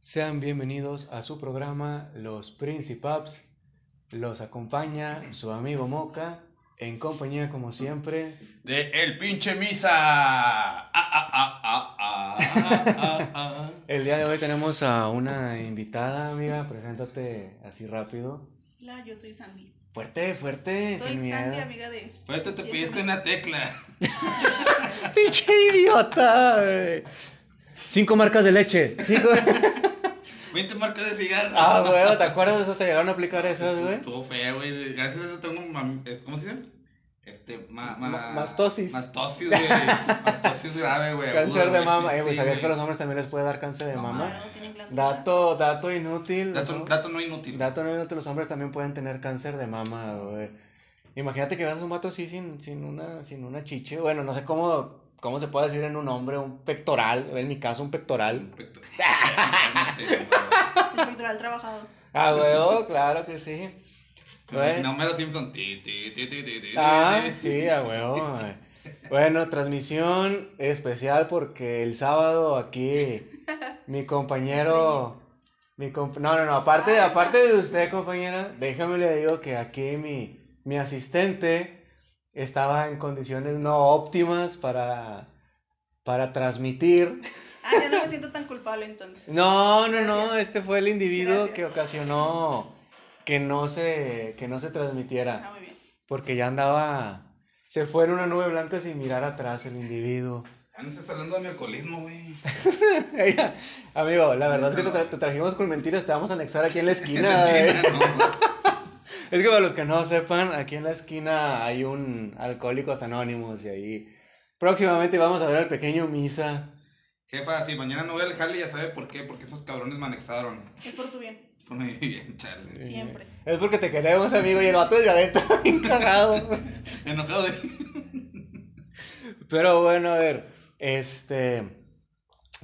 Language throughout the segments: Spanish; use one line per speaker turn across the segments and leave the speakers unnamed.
Sean bienvenidos a su programa Los Principaps. Los acompaña su amigo Moca, en compañía como siempre.
De El Pinche Misa. Ah, ah, ah, ah, ah, ah, ah.
El día de hoy tenemos a una invitada, amiga. Preséntate así rápido.
Hola, yo soy Sandy.
Fuerte, fuerte,
Soy
sin
Sandy,
miedo.
amiga de.
Ahorita te pidiste una tecla.
¡Pinche idiota! güey! Cinco marcas de leche. Cinco...
20 marcas de cigarro.
ah, güey, ¿te acuerdas de eso? ¿Te llegaron a aplicar esas,
Estuvo-
güey?
Estuvo feo, güey. Gracias a eso tengo un mam- es- ¿Cómo se dice? Este, ma, ma-
Ma- mastosis.
Mastosis, güey. mastosis grave, güey.
Cáncer
agudo,
de mama.
güey.
Eh, güey,
Sí,
¿sabías que a
güey.
los hombres también les puede dar cáncer de
No,
mama?
Claro, tienen glándula.
Dato, dato inútil. los
Dato,
hom-
dato no inútil.
Dato no inútil, los hombres también pueden tener cáncer de mama, güey. Imagínate que veas a un vato así sin, sin una, sin una chiche. Bueno, no sé cómo, cómo se puede decir en un hombre, un pectoral. En mi caso, un pectoral.
Perfecto. Cálmate, güey.
El pectoral trabajado.
Ah, güey, oh, claro que sí.
Me
Güey.
imagino a Homero Simpson. Ti, ti, ti, ti, ti, ti,
Ah,
ti, ti.
sí, a huevo. güey. Bueno, transmisión especial porque el sábado aquí mi compañero, mi comp- no, no, no, aparte, aparte de usted, compañera, déjame le digo que aquí mi, mi asistente estaba en condiciones no óptimas para, para transmitir.
Ah, ya no me siento tan culpable entonces.
No, no, no, este fue el individuo
Gracias.
que ocasionó que no se, que no se transmitiera.
Ah, muy bien.
Porque ya andaba. Se fue en una nube blanca sin mirar atrás el individuo.
Ah, No estás hablando de mi alcoholismo, güey.
Amigo, la verdad es que te, tra- te trajimos con mentiras, te vamos a anexar aquí en la esquina. eh.
No,
Es que para los que no sepan, aquí en la esquina hay un Alcohólicos Anónimos y ahí próximamente vamos a ver al pequeño Misa.
Jefa, si mañana no voy al jale, ya sabe por qué. Porque esos cabrones me anexaron.
Es por tu bien.
Por mi bien, chale.
Eh,
Siempre.
es porque te queremos, amigo, y el vato desde adentro bien cagado.
Enojado de.
Pero bueno, a ver, este...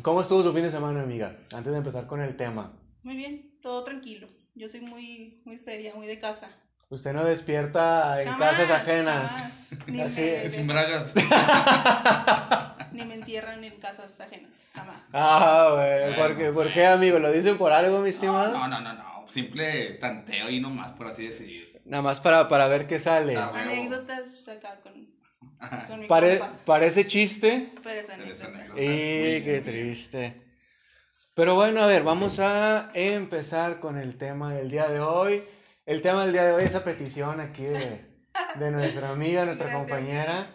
¿Cómo estuvo tu fin de semana, amiga? Antes de empezar con el tema.
Muy bien, todo tranquilo. Yo soy muy, muy seria, muy de casa.
Usted no despierta en
Jamás,
casas ajenas.
jamás. Ni,
Así
me,
es.
Sin bragas.
ni me encierran en casas ajenas. Jamás.
Ah, güey.
Bueno,
¿Por qué, por
bueno.
qué, amigo? ¿Lo dicen por algo, mi estimado?
No, no, no, no. Simple tanteo y nomás, por así decir.
Nada más para, para ver qué sale.
Ah, huevo.
Anécdotas acá con, con mi
Pare-
compa.
parece chiste.
Pero es
Pero es
anécdota.
anécdota.
Y
Muy
qué
bien.
triste. Pero bueno, a ver, vamos a empezar con el tema del día de hoy. El tema del día de hoy es a petición aquí de, de nuestra amiga, nuestra
Gracias.
compañera,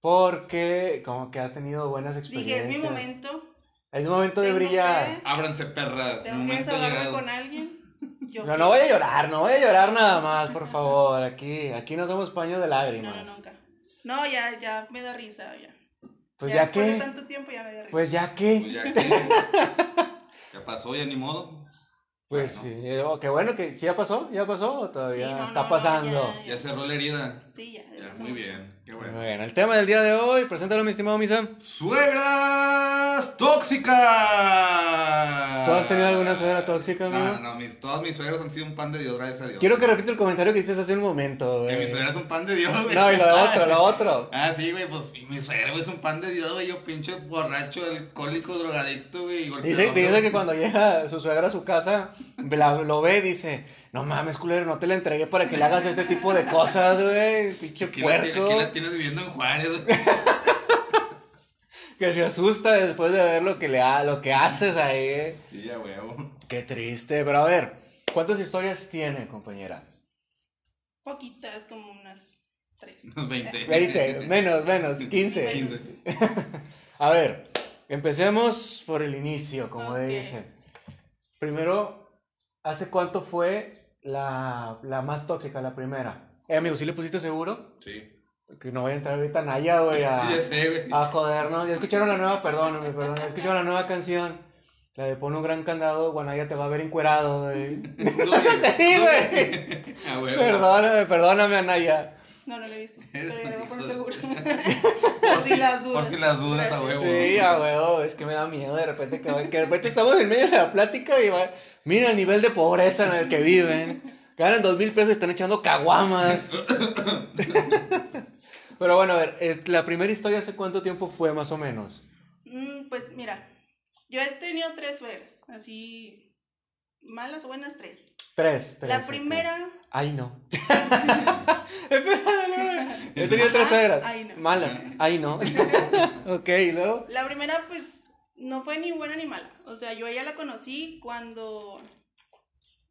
porque como que has tenido buenas
Dije,
experiencias.
es mi momento.
Es momento de
Tengo
brillar.
que-
Ábranse, perras.
Tengo que
momento
desahogarme
llegado.
con alguien. Yo
No, no voy a llorar, no voy a llorar nada más, por favor. Aquí, aquí no somos paños de
No,
lágrimas.
no, nunca. No, ya, ya me da risa, ya.
Pues ya,
después de
qué,
tanto tiempo ya me da risa.
pues ya qué.
Pues ya que. Ya pasó, ya ni modo.
Pues
bueno.
sí, eh, oh, qué bueno que sí ya pasó, ya pasó, o todavía
Sí, no,
está
no, no,
pasando.
ya,
Ya cerró la herida.
Sí, ya. desde
Ya,
hace
muy
mucho.
bien. Qué bueno.
Bueno, el tema del día de hoy, preséntalo mi estimado Misa.
¡Suegras tóxicas!
¿Tú has tenido alguna suegra tóxica,
No,
amigo?
no, no. Mis, todas mis suegras han sido un pan de Dios, gracias a Dios.
Quiero que repita el comentario que hiciste hace un momento,
Que
güey.
mi suegra es un pan de Dios, güey.
No, y lo otro, lo otro.
Ah, sí, güey, pues mi suegra, güey, es un pan de Dios, güey. Yo pinche borracho, alcohólico, drogadicto, güey. y
Dice,
golpeador,
dice
güey.
que cuando llega su suegra a su casa, la- lo ve y dice, no mames, culero, no te la entregué para que le hagas este tipo de cosas, güey, pinche
Aquí la,
puerco.
aquí la tienes viviendo en Juárez, güey.
Que se asusta después de ver lo que le ha, lo que haces ahí. eh.
Sí, ya, huevo.
Qué triste, pero a ver, ¿cuántas historias tiene, compañera?
Poquitas, como unas tres.
Unos 20.
20, menos, menos, 15.
15.
A ver, empecemos por el inicio, como
Ok.
dicen. Primero, ¿hace cuánto fue la, la más tóxica, la primera? Eh, amigo, ¿sí le pusiste seguro?
Sí.
Que no voy a entrar ahorita Naya, güey, a,
Ah, Ya sé, güey.
a jodernos. Ya escucharon la nueva, perdóname, perdón, ya escucharon la nueva canción. La de pon un gran candado, Guanaya te va a ver encuerado, güey. Sí, güey.
A huevo.
Perdóname, perdóname, Anaya.
No, no lo he visto.
Eres
Pero ya le voy a poner
un
seguro. por si las dudas.
Por si las dudas, a huevo.
Sí, a huevo, es que me da miedo de repente que, que de repente estamos en medio de la plática y va, mira el nivel de pobreza en el que viven. Ganan dos mil pesos y están echando caguamas. Pero bueno, a ver, es- la primera historia hace cuánto tiempo fue más o menos.
Mm, pues mira, Yo he tenido tres suegras, así malas o buenas tres.
Tres, tres.
la
ok.
primera,
Ay, no. Empieza de nuevo. He tenido tres
Ajá,
suegras.
ay, no.
Malas. Ay, no. ok, y luego.
la primera pues no fue ni buena ni mala. O sea, yo a ella la conocí cuando,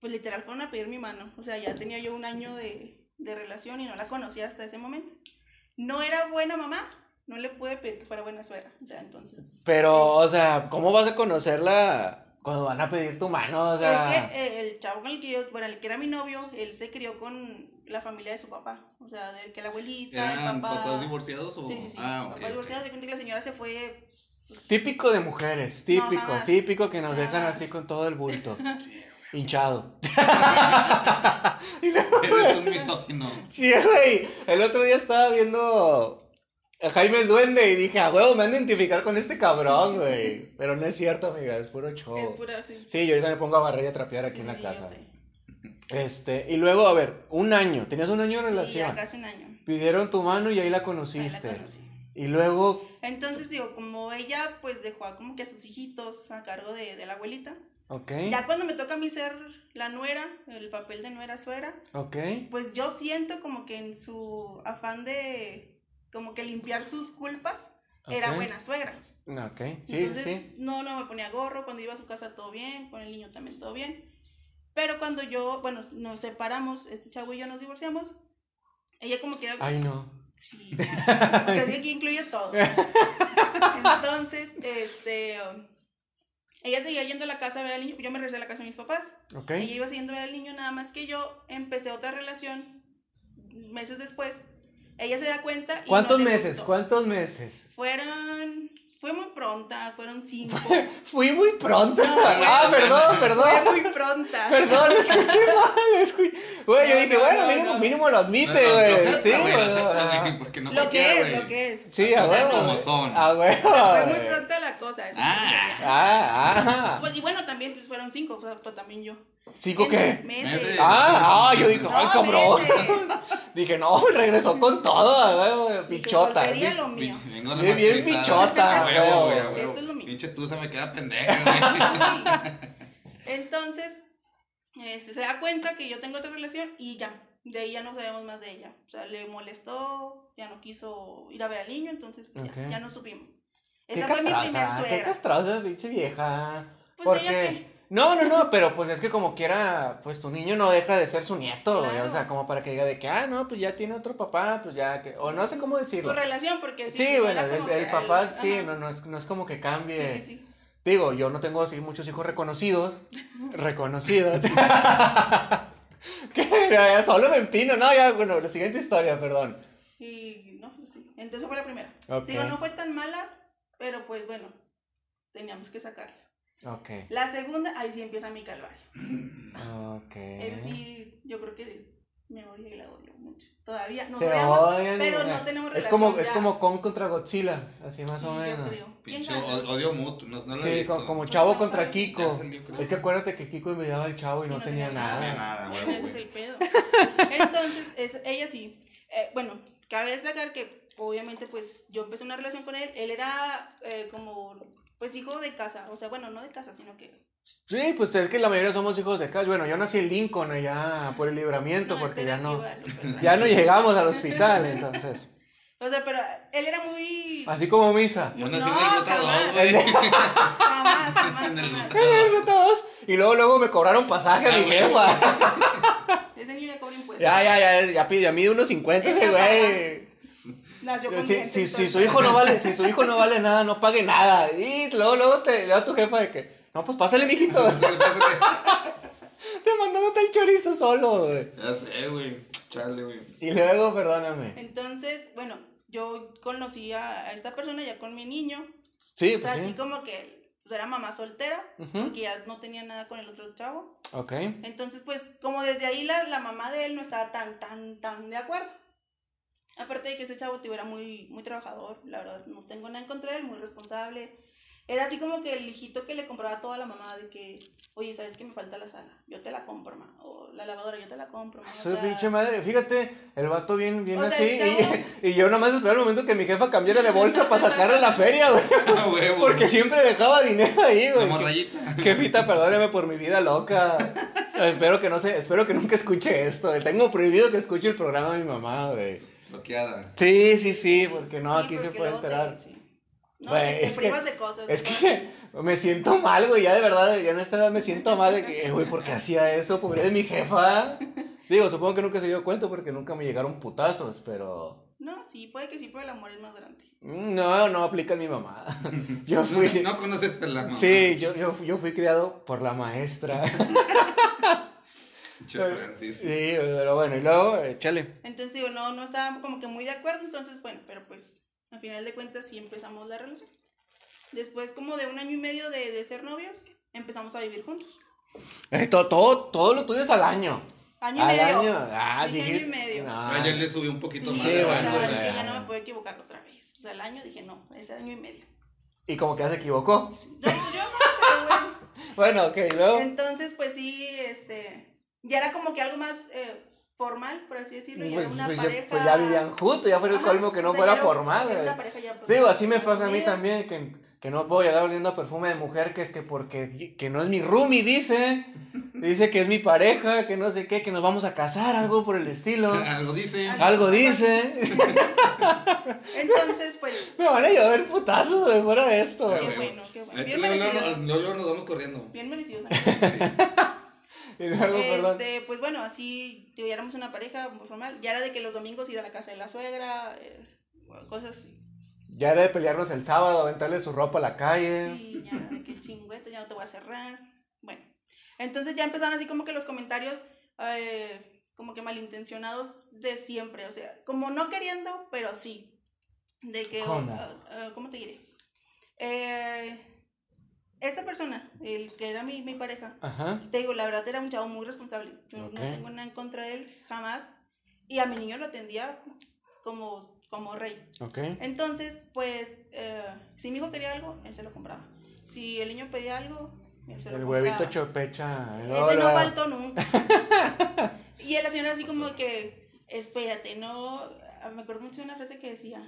pues literal fueron a pedir mi mano. O sea, ya tenía yo un año de, de relación y no la conocía hasta ese momento. No era buena mamá, no le pude pedir que fuera buena suegra. O sea, entonces...
Pero, o sea, ¿cómo vas a conocerla cuando van a pedir tu mano? O sea.
Es que eh, el chavo con el que yo, bueno, el que era mi novio, él se crió con la familia de su papá. O sea, del que la abuelita,
¿Eran
el papá.
papás divorciados o...?
Sí, sí, sí.
Ah, ok,
papás
ok.
divorciados, de cuenta que la señora se fue.
Típico de mujeres, típico,
jamás.
típico que nos dejan
Jamás.
así con todo el bulto, hinchado.
Eres un misógino.
Sí, güey, el otro día estaba viendo a Jaime el Duende y dije, a huevo, me han a identificar con este cabrón, güey. Pero no es cierto, amiga, es puro show.
Es pura. Sí,
Sí, yo ahorita me pongo a barrer y a trapear Oh. aquí en la
sí, yo
casa.
sé.
Este, y luego, a ver, un año, tenías un año de
Sí, ya
relación.
casi un año.
Pidieron tu mano y ahí la
Ahí
conociste.
la conocí.
Y luego,
Entonces, digo, como ella pues dejó a como que a sus hijitos a cargo de, de la abuelita.
ok,
Ya cuando me toca a mí ser la nuera, el papel de nuera suegra,
ok.
pues yo siento como que en su afán de como que limpiar sus culpas, era
Ok.
buena suegra.
Ok, sí, sí,
Entonces,
sí.
No, no me ponía gorro, cuando iba a su casa todo bien, con el niño también todo bien. Pero cuando yo, bueno, nos separamos, este chavo y yo nos divorciamos, ella como que era...
Ay, no.
Sí, ya. o sea, sí, aquí incluye todo. Entonces, este... um, Ella seguía yendo a la casa a ver al niño, yo me regresé a la casa de mis papás.
Ok,
Ella iba siguiendo a ver al niño, nada más que yo empecé otra relación meses después. Ella se da cuenta y no
¿Cuántos
le
meses?
gustó.
¿Cuántos meses?
Fueron... Fue muy pronta, fueron cinco.
Fui muy pronto.
No,
ah,
bueno.
perdón,
Fue
perdón.
muy pronta.
Perdón, lo escuché mal. escu- Güey, yo
No,
dije,
no,
bueno,
no,
mínimo,
no.
mínimo lo
No,
admite,
no,
güey.
lo acepta,
sí,
güey, lo
güey,
acepta,
ajá.
güey, porque no
lo que
cualquiera,
es,
güey.
lo que es.
Sí, a
Las cosas
huevo.
como
güey.
son.
A huevo.
Fue
güey.
muy pronta la cosa. eso
Ah.
sí.
Ah, ah.
Pues, y bueno, también pues, fueron cinco, pues, pues, también yo.
¿Cinco
En
qué?
Meses.
Meses.
Ah, ah, yo dije,
No,
ay, cabrón.
meses.
Dije, no, regresó con todo, güey,
Dije,
pichota.
soltería lo mío.
Vengo
Bien- bien
remasterizada.
bichota,
A huevo, güey, a
huevo.
huevo.
Esto es lo mío.
Pinche tú se me queda pendeja, güey.
Entonces, este, se da cuenta que yo tengo otra relación y ya. De ahí ya no sabemos más de ella. O sea, le molestó, ya no quiso ir a ver al niño, entonces pues, ya-
Ok.
ya, no supimos.
Qué
Esa fue mi primer
castrosa, qué
suegra.
castrosa, pinche vieja.
Pues ella
Porque...
que.
No, no, no, pero pues es que como quiera, pues tu niño no deja de ser su nieto, güey, o
Claro.
sea, como para que diga de que, ah, no, pues ya tiene otro papá, pues ya, que, o no sé cómo
Tu
decirlo.
relación, porque.
Sí,
no
bueno,
era
el,
como que
el papá
al-
sí,
ajá.
no, no, es, no es como que
Sí,
cambie.
sí, sí.
Digo, yo no tengo así muchos hijos reconocidos, reconocidos. que ya solo me empino, no, ya, bueno, la siguiente historia, perdón.
Y no, pues sí. Entonces fue la primera.
Ok,
Digo, no fue tan mala, pero pues bueno, teníamos que sacarla.
ok,
La segunda, ahí sí empieza mi calvario.
ok.
Es decir, yo creo que me odia y la odio mucho. Todavía no
Se
sabemos,
odian,
pero
güey.
no tenemos
Es como,
relación
es
ya.
como Kong contra Godzilla, así más
sí,
o
yo
menos.
creo. Bien
Pinche
ganas.
o- odio mutuo, no, no lo he
Sí,
visto.
co- como
No,
Chavo
no
contra
sabe.
Ya
Kiko.
salió, creo.
Es que acuérdate que Kiko envidiaba al chavo y no, tenía,
No tenía
nada.
nada, ah, güey,
Ese
güey.
es el pedo. Entonces, es- ella sí. eh, bueno, cabe destacar que obviamente pues yo empecé una relación con él. Él era eh, como pues hijo de casa. O sea, bueno, no de casa, sino que...
Sí, pues es que la mayoría somos hijos de casa. Bueno, yo nací en Lincoln allá por el libramiento
no,
porque
este
ya
era
no,
Guadalupe, ¿verdad?
ya no llegamos al hospital, entonces.
O sea, pero él era muy...
Así como misa.
Yo nací en el
No,
Ruta 2,
jamás.
güey.
Jamás, jamás,
En el
jamás.
Ruta
Ruta dos, Y luego, luego me cobraron pasaje a mi
Ah, güey.
jefa.
Ese niño ya cobra impuestos.
Ya, ya, ya, ya pide, ya mide unos 50 ese
Esa
güey.
Nació con
Si,
dientes,
si, si
entonces.
su hijo no vale, si su hijo no vale nada, no pague nada. Y luego, luego te le da a tu jefa de que, no, pues pásale, mijito. Te mandándote el chorizo solo, güey.
Ya sé, güey. Chale, güey.
Y luego, perdóname.
Entonces, bueno, yo conocí a a esta persona ya con mi niño.
Sí,
o sea,
pues
así
sí.
como que pues, era mamá soltera,
Ujú.
que ya no tenía nada con el otro chavo.
Ok.
Entonces, pues, como desde ahí la, la mamá de él no estaba tan, tan, tan de acuerdo. Aparte de que ese chavo tío era muy, muy trabajador, la verdad, no tengo nada en contra de él, muy responsable. Era así como que el hijito que le compraba a toda la mamá de que, oye, ¿sabes que me falta la sala? Yo te la compro, mamá. O la lavadora, yo te la compro, mamá. O
Su
sea,
pinche madre, fíjate, el vato bien, bien
O sea,
así.
el chavo-
y, y yo nomás esperaba el momento que mi jefa cambiara de bolsa para sacarle la feria, güey.
Ah, huevo.
Porque siempre dejaba dinero ahí,
La
güey.
morrayita.
Jefita, perdóneme por mi vida loca. espero que no sé, espero que nunca escuche esto. güey. Tengo prohibido que escuche el programa de mi mamá, güey.
Bloqueada.
Sí, sí, sí, porque no,
sí,
aquí se
porque
puede
luego te-
enterar.
sí. No,
Güey,
te, te
es que-
privas de cosas.
Es
¿no?
que me siento mal, güey, ya de verdad, ya en esta edad me siento mal de que, eh, güey, ¿por qué hacía eso? Pobre de mi jefa. Digo, supongo que nunca se dio cuenta porque nunca me llegaron putazos, pero...
No, sí, puede que sí, pero el amor es más grande.
mm, No, no aplica mi mamá. Yo
No,
fui...
no conoces a la mamá.
Sí, yo, yo, yo fui criado por la maestra.
Che, Francis.
Sí, pero bueno, y luego, eh, chale.
Entonces, digo, no, no estábamos como que muy de acuerdo, entonces, bueno, pero pues, al final de cuentas sí empezamos la relación. Después, como de un año y medio de, de ser novios, empezamos a vivir juntos.
Eh, to- todo, todo lo tuyo es al año.
Año y
al
medio.
año. Ah,
Dije
dije-
año y medio.
No.
Ah, ya le subí un poquito más.
Sí,
de
o sea,
bueno,
banda,
es
ya.
que ya no me puedo equivocar otra vez. O sea, el año dije, no, es año y medio.
Y como que ya se equivocó.
No, pues yo no, pero bueno.
Bueno, ok, y luego...
Entonces, pues sí, este, ya era como que algo más eh, formal, por así decirlo, ya
Pues,
era una
pues ya,
pareja.
pues ya vivían juntos, ya fue el
Ajá,
colmo que no
o sea,
fuera
era un-
formal.
era una
güey.
pareja ya, pues,
Digo, así me
más
pasa a mí
unida.
también, que, que no puedo llegar oliendo a perfume de mujer, que es que porque que no es mi roomie, dice. Dice que es mi pareja, que no sé qué, que nos vamos a casar, algo por el estilo.
Algo dice.
Algo dice.
Entonces, pues,
Me van a llover putazos de fuera de esto.
Ah,
qué
güey.
bueno, qué bueno.
Ahí
Bien
luego, luego,
merecidos.
luego nos vamos corriendo.
Bien merecidos. amigos.
Y luego, perdón.
Este, pues bueno, así digo, ya éramos una pareja muy formal. Ya era de que los domingos ir a la casa de la suegra, eh, cosas así.
Ya era de pelearnos el sábado, aventarle su ropa a la calle.
Sí, ya, de que chingüeta, ya no te voy a cerrar. Bueno, entonces ya empezaron así como que los comentarios, eh, como que malintencionados de siempre, o sea, como no queriendo, pero sí. De que,
¿Cómo?
ah, ah, ¿cómo te diré? Eh, esta persona, el que era mi, mi pareja,
Ajá.
te digo, la verdad era un chavo muy responsable. Yo
Ok.
no tengo nada en contra de él, jamás. Y a mi niño lo atendía como, como rey.
Ok.
Entonces, pues, eh, si mi hijo quería algo, él se lo compraba. Si el niño pedía algo, él se lo
El
compraba.
huevito chopecha.
Ese
luego,
no
luego.
faltó nunca. y la señora así como que, espérate, no... Me acuerdo mucho de una frase que decía,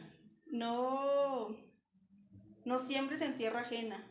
no... No siembres en tierra ajena.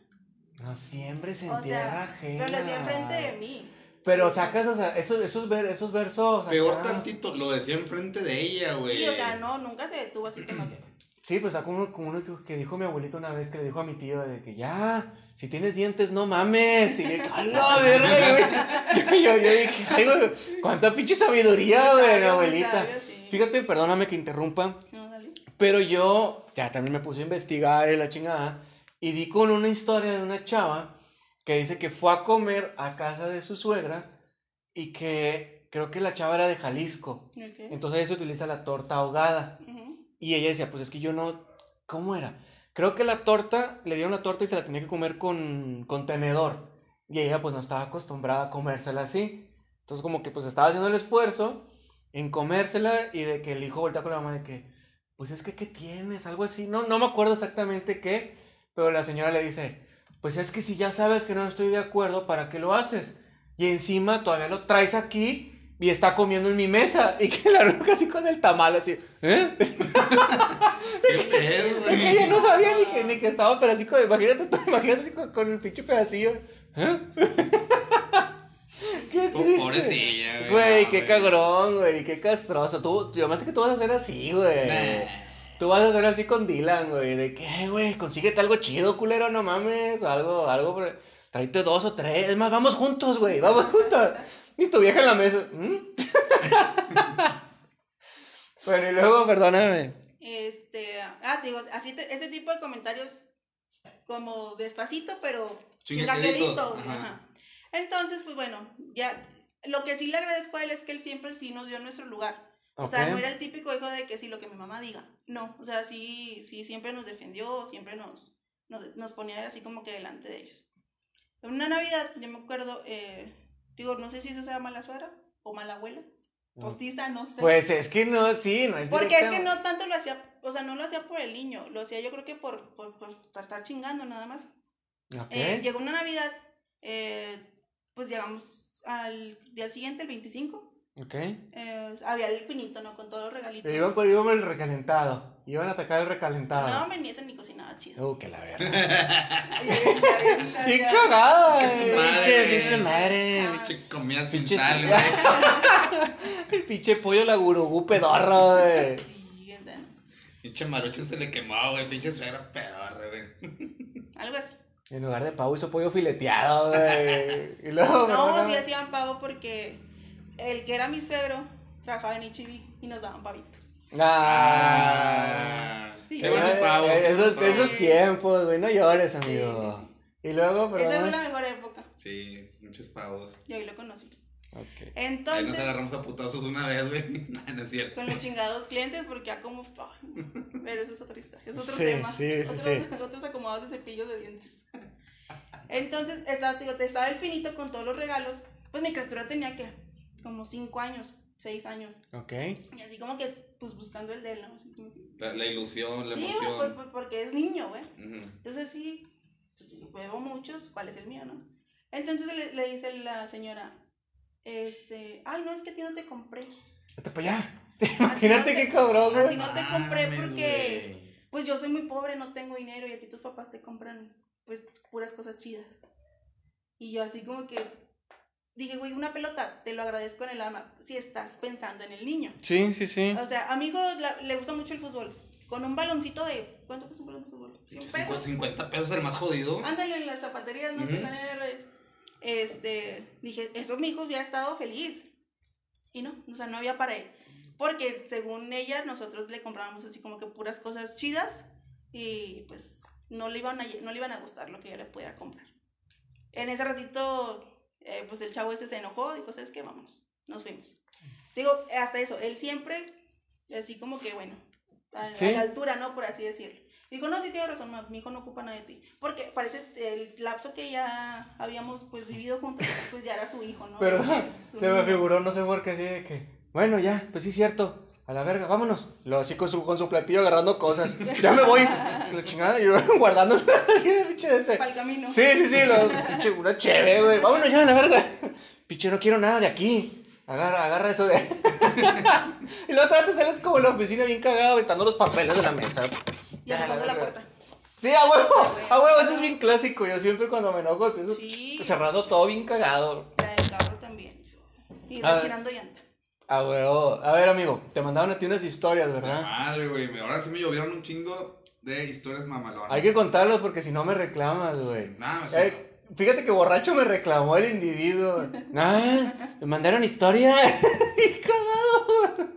No, siempre se
O sea,
entierra ajena.
pero lo hacía enfrente de mí.
Pero sacas o sea, esos, esos, ver- esos versos. acá.
Peor tantito, lo decía enfrente de ella, güey.
Sí, o sea, no, nunca se detuvo así como que...
Sí, pues sacó uno, como uno que- que dijo mi abuelito una vez, que le dijo a mi tío de que ya, si tienes dientes, no mames. Y yo, "A la verga", yo, yo- yo- yo dije, ay, güey, cuánta pinche sabiduría,
Muy
güey, mi
sabio, muy
abuelita.
sabio, sí.
Fíjate, perdóname que interrumpa,
No, dale.
pero yo ya también me puse a investigar y la chingada y di con una historia de una chava que dice que fue a comer a casa de su suegra y que creo que la chava era de Jalisco.
Ok.
Entonces ella se utiliza la torta ahogada.
Ujú.
Y ella decía, pues es que yo no... ¿Cómo era? Creo que la torta, le dieron la torta y se la tenía que comer con, con tenedor. Y ella pues no estaba acostumbrada a comérsela así. Entonces como que pues estaba haciendo el esfuerzo en comérsela y de que el hijo voltea con la mamá de que, pues es que ¿qué tienes? Algo así. No, no me acuerdo exactamente qué, pero la señora le dice, pues es que si ya sabes que no estoy de acuerdo, ¿para qué lo haces? Y encima todavía lo traes aquí y está comiendo en mi mesa y que la ruca así con el tamal así, ¿eh?
¿Qué pedo,
Es que ella
güey?
no sabía ni que, ni que estaba, pero así como, imagínate, tú, imagínate con, con el pinche pedacillo. ¿Eh? qué
Po-
triste.
pobrecilla, güey,
Güey,
no,
qué
güey.
cabrón, güey, qué castroso. Tú, yo me sé que tú vas a hacer así, güey.
Nah.
Tú vas a hacer así con Dylan, güey, de que, "Ay, güey, consíguete algo chido, culero, no mames, o algo, algo, por- tráete dos o tres, es más, vamos juntos, güey, vamos juntos. Y tu vieja en la mesa, "¿Mm?" Bueno, y luego, perdóname.
Este, ah, te digo, así te- ese tipo de comentarios como despacito, pero
Chingaqueritos,
chingaqueritos,
ajá.
ajá. Entonces, pues bueno, ya lo que sí le agradezco a él es que él siempre sí nos dio nuestro lugar. O sea,
Ok.
no era el típico hijo de que sí lo que mi mamá diga. No, o sea, sí, sí siempre nos defendió, siempre nos, nos, nos ponía así como que delante de ellos. En una Navidad, yo me acuerdo, eh, digo, no sé si eso sea mala suegra o mala abuela,
No.
postiza, no sé.
Pues es que no, sí, no es
Porque es que
directa.
no tanto lo hacía, o sea, no lo hacía por el niño, lo hacía yo creo que por, por, por estar chingando nada más.
Ok.
Eh, llegó una Navidad, eh, pues llegamos al día siguiente, el 25.
ok.
eh, había el pinito, ¿no? Con todos los regalitos.
Pero iban por, iban por el recalentado. Iban a atacar el
No,
recalentado.
hombre, ni ese ni cocinaba chido.
Uh, que la verga. ¡Y
Y
cagada!
Que su
eh,
madre.
Pinche, Eh, pinche madre.
Ah.
Pinche comida sin
Pinche-
sal, güey.
El pinche pollo la gurugú pedorro, eh. güey.
Sí, o sea, no.
Pinche marucha se le quemó, güey. Pinche suegra pedorra, güey.
algo así.
En lugar de pavo hizo pollo fileteado, güey. Y luego,
No,
¿verdad?
sí hacían pavo porque el que era mi suegro trabajaba en Ichibi y nos daban pavito.
Ah.
Ah,
Sí,
qué buenos
Eh,
pavos.
eh,
qué buenos
esos,
pavos.
esos tiempos, güey. No llores,
Sí,
amigo.
sí, sí.
Y luego,
Esa fue
perdón.
la mejor época.
Sí, muchos pavos.
Yo ahí lo conocí.
Ok.
Ahí nos
Entonces,
agarramos a putazos una vez, güey. No, no es cierto.
con los chingados clientes, porque ya como. ay, no. Pero eso es otra historia. Es otro
Sí,
tema.
sí, sí,
otros,
sí.
otros acomodados de cepillos de dientes. Entonces, estaba, te digo, te estaba el pinito con todos los regalos. Pues mi criatura tenía que, como 5 años, 6 años.
Ok.
Y así como que, pues buscando el de él, ¿no? Así como que-
La, la ilusión, la
sí, güey, pues,
emoción.
pues, porque es niño, güey.
Ujú.
Entonces sí, veo muchos, ¿cuál es el mío, no? Entonces le, le dice la señora, este, ay, no, es que a ti no te compré.
Vete para allá.
A
Imagínate
ti no
qué
te-
cabrón,
a
güey.
ti pues, no te compré
Mames,
porque,
güey.
pues yo soy muy pobre, no tengo dinero y a ti tus papás te compran, pues, puras cosas chidas. Y yo así como que, dije, güey, una pelota, te lo agradezco en el alma, si estás pensando en el niño.
Sí, sí, sí.
O sea, a mi hijo la- le gusta mucho el fútbol. Con un baloncito de, ¿cuánto cuesta un balón de fútbol? ¿100
Cinco-
pesos?
50 pesos el más jodido.
Ándale en las zapaterías, no
Ujú.
que están en redes. Este, dije, eso mi hijo hubiera estado feliz. Y no, o sea, no había para él. Porque según ella, nosotros le comprábamos así como que puras cosas chidas y pues no le iban a, lle- no le iban a gustar lo que yo le pudiera comprar. En ese ratito, eh, pues el chavo ese se enojó, dijo, ¿sabes qué? Vámonos, nos fuimos. Digo, hasta eso, él siempre, así como que bueno, a, a
Sí.
la altura, ¿no? Por así decirlo. Dijo, no, sí tiene razón, ma, mi hijo no ocupa nada de ti. Porque parece el lapso que ya habíamos pues vivido juntos, pues ya era su hijo, ¿no?
Perdón,
Su
se me
niño.
figuró, no sé por qué, así de que. Bueno, ya, pues sí, cierto. A la verga, vámonos. Lo así con su, con su platillo agarrando cosas. Ya me voy. La chingada, y luego guardando así de pinche de este.
Para el camino.
Sí, sí, sí, lo, pinche, una chévere, güey. Vámonos ya, la verga. Pinche, no quiero nada de aquí. Agarra, agarra eso de. y luego todavía te sales como en la oficina bien cagado, aventando los papeles de la mesa.
Y cerrando la
verga.
puerta.
Sí, a huevo, a huevo, eso es bien clásico. Yo siempre cuando me enojo empiezo
Sí.
cerrando todo bien cagado.
La del carro también. Y
A ver.
retirando llanta.
A huevo. A ver, amigo, te mandaron a ti unas historias,
La
¿verdad?
madre, güey. me- Ahora sí me llovieron un chingo de historias mamalonas.
Hay que contarlas porque si no me reclamas, güey.
Nada, o sea,
Eh, fíjate que borracho me reclamó el individuo. Ah, me mandaron historia. Y cagado.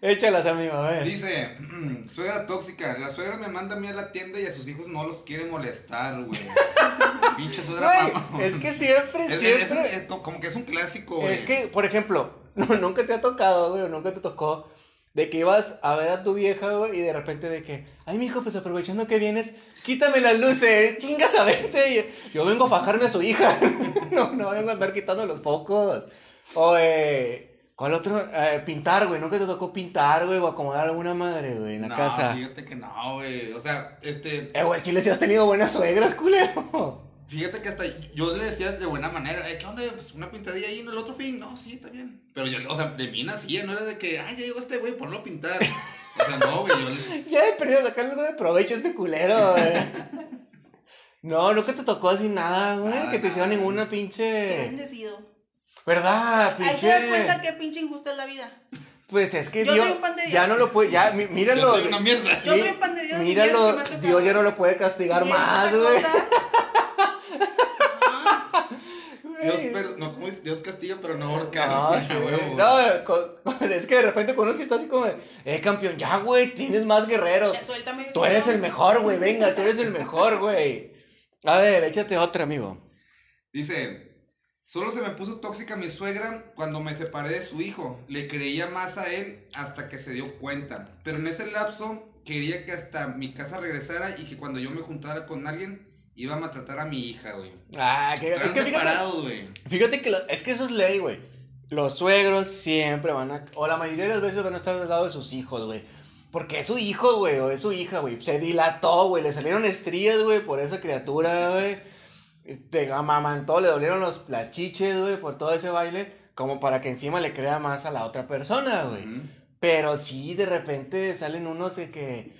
Échalas, amigo, a ver.
Dice, suegra tóxica, la suegra me manda a mí a la tienda y a sus hijos no los quiere molestar, güey. Pinche suegra mamón.
Güey, es que siempre,
Es- es-
siempre.
es- es co- como que es un clásico, güey.
Es que, por ejemplo, no, nunca te ha tocado, güey, o nunca te tocó de que ibas a ver a tu vieja, güey, y de repente de que, ay, mijo, pues aprovechando que vienes, quítame las luces, chingas a verte. y yo vengo a fajarme a su hija. no, no vengo a andar quitando los focos. O, eh, ¿cuál otro? Eh, pintar, güey, nunca te tocó pintar, güey, o acomodar a alguna madre, güey, en la
no,
casa.
Fíjate que no, güey. O sea, este,
Eh, güey, chile, si has tenido buenas suegras, culero.
fíjate que hasta yo le decía de buena manera, eh, ¿qué onda? Pues una pintadilla ahí en el otro fin. No, sí, está bien. Pero yo, o sea, de mí nacía, no era de que, ay, ya llegó este güey, ponlo a pintar. O sea, no, güey, yo le,
Ya he perdido sacar algo de provecho a este culero, güey. No, nunca te tocó así nada, güey.
Nada,
que te hicieron
nada.
ninguna
Ah, Qué
pinche.
bendecido.
¿Verdad,
Ahí te das
pinche?
cuenta qué pinche injusta es la vida.
Pues es que
Yo
Dios.
soy un pan de Dios.
Ya no lo puede. Ya, mí-
yo
míralo.
soy una mierda.
Yo
mí-
soy un pan de Dios y mira
Míralo.
lo que me ha tocado.
Dios ya no lo puede castigar
Y es
más,
otra
güey.
cosa. Ajá.
Dios, per- no, ¿cómo dice? Dios castiga, pero no ahorca.
No,
güey,
sí,
a huevo.
güey. No, co- co- es que de repente con uno sí está así como, de, eh, campeón, ya, güey, tienes más guerreros.
Ya suéltame.
Tú eres el mejor, güey, venga, tú eres el mejor, güey. A ver, échate otra, amigo.
Dice, solo se me puso tóxica mi suegra cuando me separé de su hijo. Le creía más a él hasta que se dio cuenta. Pero en ese lapso quería que hasta mi casa regresara y que cuando yo me juntara con alguien iba a maltratar a mi hija, güey.
Ah, que, es
Están
que fíjate,
separados, güey.
Fíjate que lo- es que eso es ley, güey. Los suegros siempre van a... O la mayoría de las veces van a estar al lado de sus hijos, güey. Porque es su hijo, güey, o es su hija, güey. Se dilató, güey, le salieron estrías, güey, por esa criatura, güey. Te amamantó, le dolieron los, las chiches, güey, por todo ese baile. Como para que encima le crea más a la otra persona, güey.
Ujú.
Pero sí, de repente salen unos de que,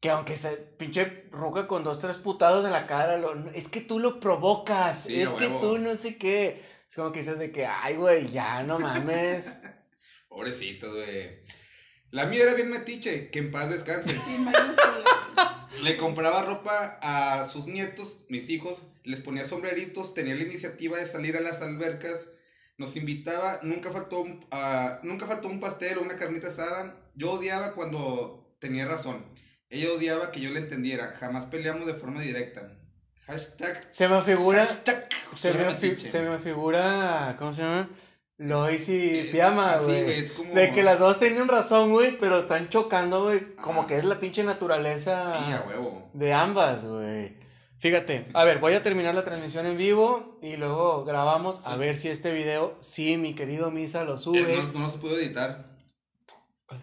que aunque se pinche ruca con dos, tres putados en la cara, lo- es que tú lo provocas,
Sí,
es
a
que
huevo.
tú no sé qué. Es como que dices de que, ay, güey, ya no mames.
Pobrecito, güey. La mía era bien metiche, que en paz descanse.
Y más este,
Le compraba ropa a sus nietos, mis hijos, les ponía sombreritos, tenía la iniciativa de salir a las albercas, nos invitaba, nunca faltó un, ah, nunca faltó un pastel o una carnita asada. Yo odiaba cuando tenía razón. Ella odiaba que yo le entendiera. Jamás peleamos de forma directa. Hashtag.
Se me figura,
hashtag
se me,
José
fi-
Metiche.
se me figura, ¿cómo se llama? Lois y
Eh,
Fiamma,
así,
güey.
es como-
De que las dos tenían razón, güey, pero están chocando, güey, como
Ajá.
que es la pinche naturaleza.
Sí, a huevo.
De ambas, güey. Fíjate, a ver, voy a terminar la transmisión en vivo y luego grabamos a
Sí.
ver si este video, sí, mi querido Misa lo
Eh,
sube.
No, no se pudo editar.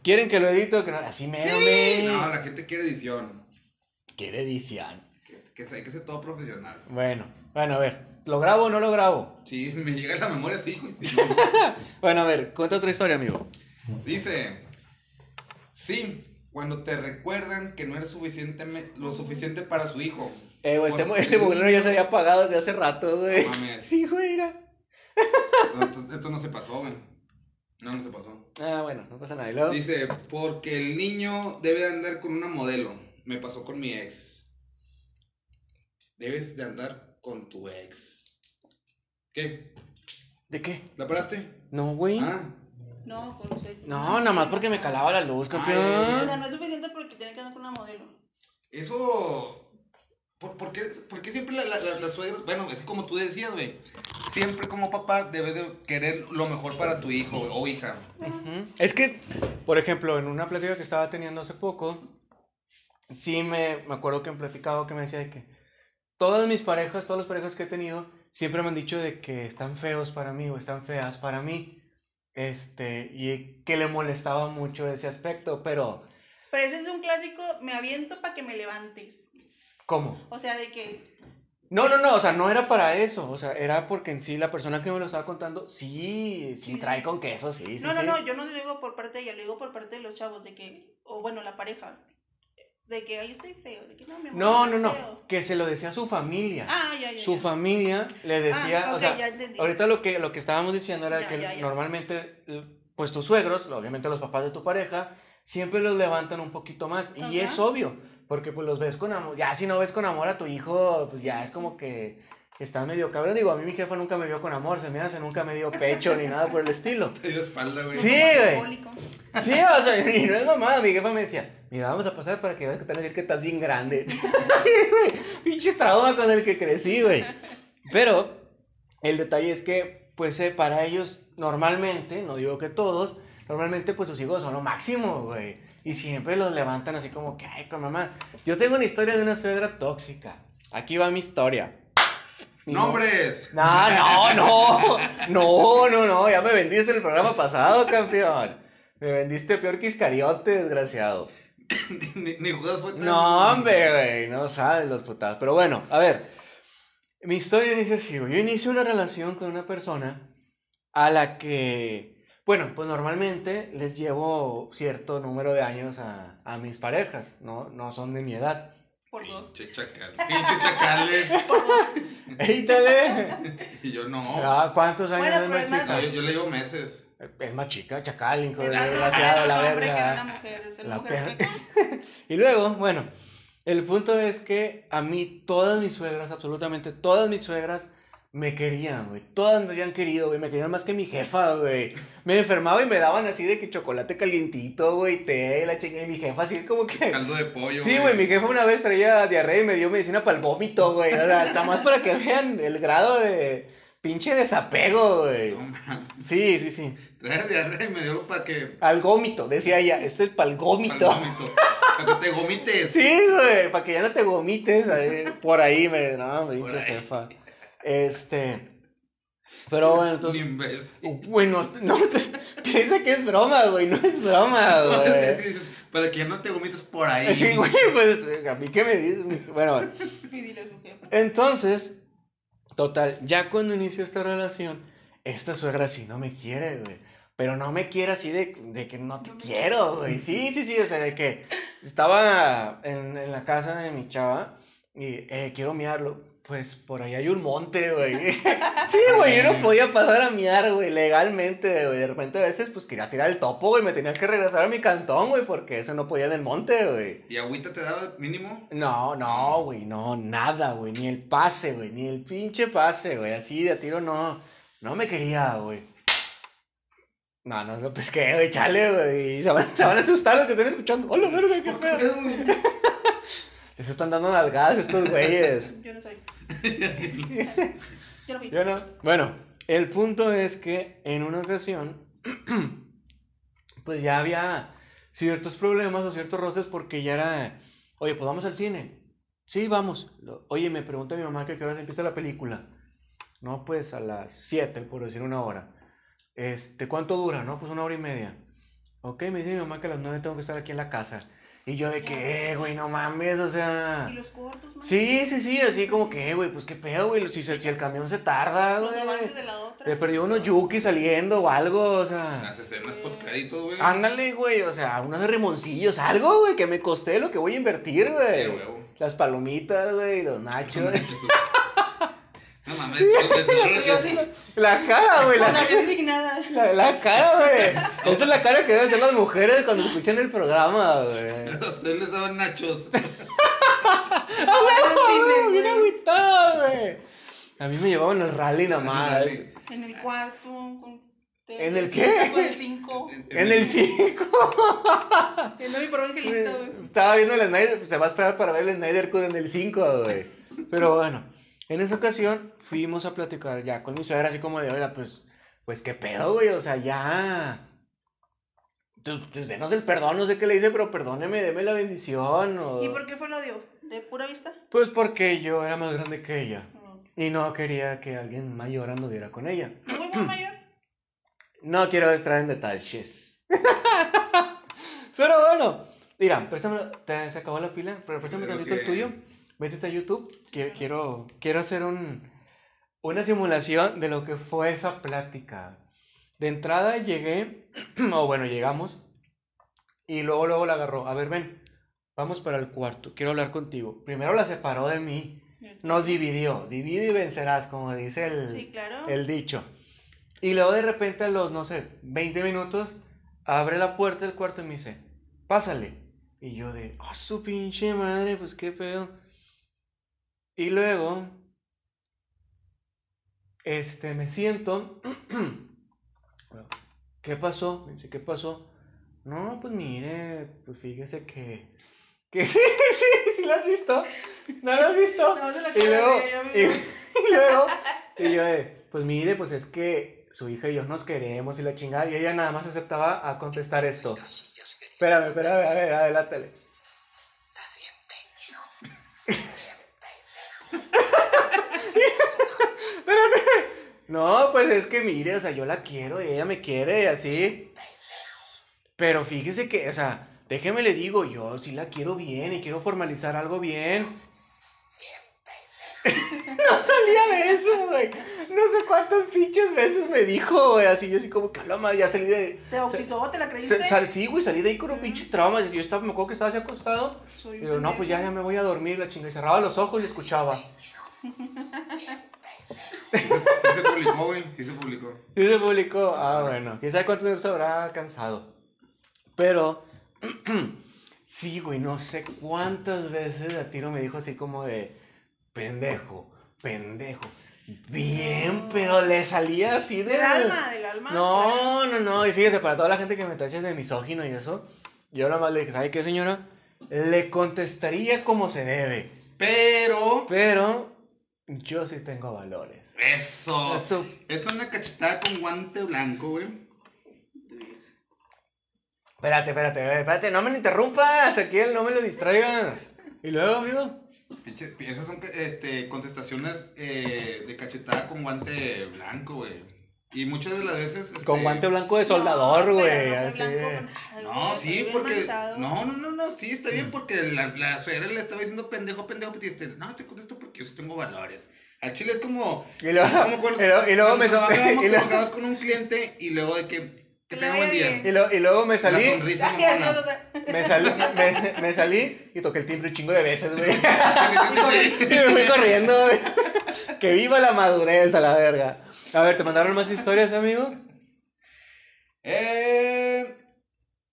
¿Quieren que lo edito? Que no- Así me
Sí, no, la gente quiere edición.
Quiere edición.
Que, que se- hay que ser todo profesional.
Bueno, bueno, a ver, ¿lo grabo o no lo grabo?
Sí, me llega la memoria, sí, güey. sí.
Bueno, a ver, cuenta otra historia, amigo.
Dice, sí, cuando te recuerdan que no eres suficientemente, lo suficiente para su hijo.
Eh, güey, este,
Porque-
este bolero ya se había apagado desde hace rato, güey.
No mames.
Sí, güey, era.
No, esto, esto no se pasó, güey. No, no se pasó.
Ah, bueno, no pasa nada. Y luego,
Dice, porque el niño debe andar con una modelo. Me pasó con mi ex. Debes de andar con tu ex. ¿Qué?
¿De qué?
¿La paraste?
No, güey.
Ah,
No, con usted.
No, nada más porque me calaba la luz,
Ay,
O sea,
campeón.
no es suficiente porque tiene que andar con una modelo.
Eso. ¿Por, por qué, por qué siempre la- la- la- las suegras? Bueno, es como tú decías, güey. Siempre como papá debes de querer lo mejor para tu hijo güey, o hija.
Ujú. Es que, por ejemplo, en una plática que estaba teniendo hace poco, sí me, me acuerdo que me platicaba que me decía de que todas mis parejas, todas las parejas que he tenido, siempre me han dicho de que están feos para mí o están feas para mí. Este, y que le molestaba mucho ese aspecto, pero
Pero ese es un clásico, me aviento para que me levantes.
¿cómo?
O sea, de que
No, no, no, o sea, no era para eso, o sea, era porque en sí la persona que me lo estaba contando, sí, sí trae con queso, sí, sí.
No, no,
sí.
no, yo no lo digo por parte de ella, lo digo por parte de los chavos, de que, o bueno, la pareja, de que ahí estoy feo, de que no, mi amor,
No, no,
estoy
no,
feo".
que se lo decía a su familia.
Ah, ya, ya.
su
ya.
familia le decía,
Ah, ok,
o sea,
ya entendí.
ahorita lo que, lo que estábamos diciendo era
Ya,
que
ya, ya.
normalmente, eh, pues tus suegros, obviamente los papás de tu pareja, siempre los levantan un poquito más. Y
Ajá.
es obvio, porque pues los ves con amor, ya si no ves con amor a tu hijo, pues ya es como que está medio cabrón. Digo, a mí mi jefa nunca me vio con amor, se me hace, nunca me dio pecho ni nada por el estilo.
Te dio espalda, güey.
Sí, güey.
Alcohólico.
Sí, o sea, y no es mamada, mi jefa me decía, mira, vamos a pasar para que veas que te van a decir que estás bien grande. Pinche trauma con el que crecí, güey. Pero el detalle es que, pues, eh, para ellos, normalmente, no digo que todos, normalmente, pues, sus hijos son lo máximo, güey. Y siempre los levantan así como que, ay, con mamá. Yo tengo una historia de una suegra tóxica. Aquí va mi historia. Mi
¡Nombres!
no, no, no. No, no, no. Ya me vendiste el programa pasado, campeón. Me vendiste peor que Iscariote, desgraciado.
ni, ni Judas fue tan-
No, hombre, güey. No sabes los putados. Pero bueno, a ver. Mi historia inicia así, güey. Yo inicio una relación con una persona a la que, bueno, pues normalmente les llevo cierto número de años a, a mis parejas. No, no son de mi edad.
Por dos.
Pinche chacal. Pinche chacales.
¡Éítale!
Y yo no.
Ah, ¿Cuántos años
Bueno,
es
pero
más
es más-
chica?
No, yo, yo le llevo meses.
Es más chica, chacal, hijo de
Es más
desgraciado, la
hombre que
verga.
una mujer, es
La
la
perra.
mujer que-
Y luego, bueno, el punto es que a mí todas mis suegras, absolutamente todas mis suegras, me querían, güey. Todas me habían querido, güey. Me querían más que mi jefa, güey. Me enfermaba y me daban así de que chocolate calientito, güey, té, la chingada. Y mi jefa así como que...
Caldo de pollo.
Sí, güey, mi jefa una vez traía diarrea y me dio medicina para el vómito, güey. O sea, nada más para que vean el grado de pinche desapego, güey.
No, mames.
Sí, sí, sí.
Traes diarrea y me dio para que.
Al gómito, decía ella. Es el pal gómito.
Para que te gomites.
Sí, güey, para que ya no te vomites ahí, por ahí, me, no, me pinche
ahí.
jefa. Este, pero bueno,
Un
entonces,
imbécil.
bueno, no, te- piensa que es broma, güey, no es broma, güey.
Dices, Para que ya no te vomites por ahí.
Sí, güey, pues a mí qué me dices. Bueno,
Y dile, Sofía.
entonces, total, ya cuando inició esta relación, esta suegra sí no me quiere, güey. Pero no me quiere así de, de que no te
No me
quiero, güey. Sí, sí, sí, o sea, de que estaba en, en la casa de mi chava y eh, quiero miarlo. Pues por ahí hay un monte, güey. Sí, güey, yo no podía pasar a miar, güey, legalmente, güey. De repente a veces, pues quería tirar el topo, güey. Me tenía que regresar a mi cantón, güey, porque eso no podía en el monte, güey.
¿Y agüita te daba mínimo?
No, no, güey, no, nada, güey, ni el pase, güey, ni el pinche pase, güey, así de a tiro no, no me quería, güey. No, no lo pesqué, güey, chale, güey, y se van, se van a asustar los que estén escuchando. Hola, verga, qué pedo. Les están dando nalgadas estos güeyes.
Yo no soy. Yo no fui.
Yo no. Bueno, el punto es que en una ocasión, pues ya había ciertos problemas o ciertos roces porque ya era, oye, pues vamos al cine. Sí, vamos. Lo- Oye, me pregunta mi mamá que a qué hora se empieza la película. No, pues a las 7, por decir una hora. Este, ¿cuánto dura? No, pues una hora y media. Ok, me dice mi mamá que a las 9 tengo que estar aquí en la casa. Y yo de que, eh, güey, no mames, o sea...
Y los cortos, man.
Sí, sí, sí, así como que, güey, pues qué pedo, güey, si, se- si el camión se tarda,
Los
güey.
avances de la otra.
Le perdió unos yuki saliendo o algo, o sea.
Las escenas podcréditos, güey.
Ándale, güey, o sea, unos rimoncillos, algo, güey, que me costé lo que voy a invertir, güey.
Qué huevo.
Las palomitas, güey, los nachos.
No mames, yo te seguro
Yo sí.
que-
la cara, güey,
O
la,
sea, bien indignada.
la, la cara, güey. Esta es la cara que deben hacer las mujeres cuando escuchan el programa, güey.
a ustedes les daban nachos.
¡Ah,
Sí,
güey,
güey.
güey! ¡Bien agüitado, güey! A mí me llevaban el rally nada más.
En
En el cuarto. Con...
¿En el qué?
Con el 5.
En el 5.
Viendo mi pobre angelito, güey.
Estaba viendo el Snyder, pues, te va a esperar para ver el Snyder Cut en el 5, güey. Pero bueno, en esa ocasión fuimos a platicar ya con mi suegra, así como de, oiga, pues, pues qué pedo, güey, o sea, ya. Pues, pues, denos el perdón, no sé qué le dice, pero perdóneme, deme la bendición. o-
¿Y por qué fue lo dio? ¿De pura vista?
Pues porque yo era más grande que ella.
No.
Y no quería que alguien mayor anduviera con ella.
¿Muy
Mm.
muy mayor?
No quiero entrar en detalles. Pero bueno, mira, préstame, te, se acabó la pila, pero préstame
Creo
tantito el
que-
tuyo. Métete a YouTube, que quiero, quiero hacer un, una simulación de lo que fue esa plática. De entrada llegué, o bueno, llegamos, y luego, luego la agarró. A ver, ven, vamos para el cuarto, quiero hablar contigo. Primero la separó de mí, nos dividió, divide y vencerás, como dice el,
Sí, claro.
el dicho. Y luego de repente a los, no sé, 20 minutos, abre la puerta del cuarto y me dice, pásale. Y yo de, oh, su pinche madre, pues qué pedo. Y luego, este, me siento. ¿Qué pasó? Me dice, ¿qué pasó? No, pues mire, pues fíjese que... Que sí, sí, sí lo has visto. ¿No lo has visto?
No, no lo
Y
quiero
luego,
ver, ya me
y,
dio.
y luego, y yo de, pues mire, pues es que su hija y yo nos queremos y la chingada, y ella nada más aceptaba a contestar esto. Espérame, espérame, a ver, adelántale. Espérate. No, pues es que mire, o sea, yo la quiero y ella me quiere y así. Pero fíjese que, o sea, déjeme le digo, yo sí la quiero bien y quiero formalizar algo bien. No salía de eso, güey. No sé cuántas pinches veces me dijo, güey. Así yo así como, calma, ya salí de...
¿Te bautizó? ¿Te la creíste?
Sa- sal- sí, güey, salí de ahí con un pinche trauma. Yo estaba, me acuerdo que estaba así acostado.
Soy
Y
un
digo, no, pues ya, ya
pendejo.
me voy a dormir, la chinga. Y cerraba los ojos y escuchaba.
Sí se publicó, güey. Sí se publicó.
Sí se publicó. Ah, bueno. Quién sabe cuántos minutos habrá alcanzado. Pero, sí, güey, no sé cuántas veces a tiro me dijo así como de, pendejo, pendejo. Bien, pero le salía así de...
Del alma, del alma.
No, no, no. Y fíjese, para toda la gente que me taches de misógino y eso, yo nada más le dije, ¿sabe qué, señora? Le contestaría como se debe.
Pero.
Pero yo sí tengo valores.
Eso.
Eso.
Es una cachetada con guante blanco, güey.
Espérate, espérate, eh, espérate, no me lo interrumpas, aquí él, no me lo distraigas. Y luego, amigo.
Pinche- Esas son este, contestaciones eh, de cachetada con guante blanco, güey. Y muchas de las veces. este,
Con guante blanco de
No,
soldador,
pero
güey.
no fue
así.
blanco, nada,
No,
güey,
sí,
bien
porque.
manchado.
No, no, no, no, sí, está
Mm.
bien, porque la, la suegra le estaba diciendo pendejo, pendejo, y dijiste, no, te contesto porque yo sí tengo valores. Al chile es como.
Y luego,
como cuando-
y luego- y luego
cuando
me
trabajamos-
y
cuando
luego-
trabajabas con un cliente y luego de que. Que
Que le
tenga
vaya
buen día.
bien.
y lo- y luego me
La
salí,
sonrisa
Ah, que así
mamona.
lo toca.
me salí, me, me salí y toqué el timbre un chingo de veces, güey. Y me fui corriendo, güey. Que viva la madurez a la verga. A ver, ¿te mandaron más historias, amigo?
Eh,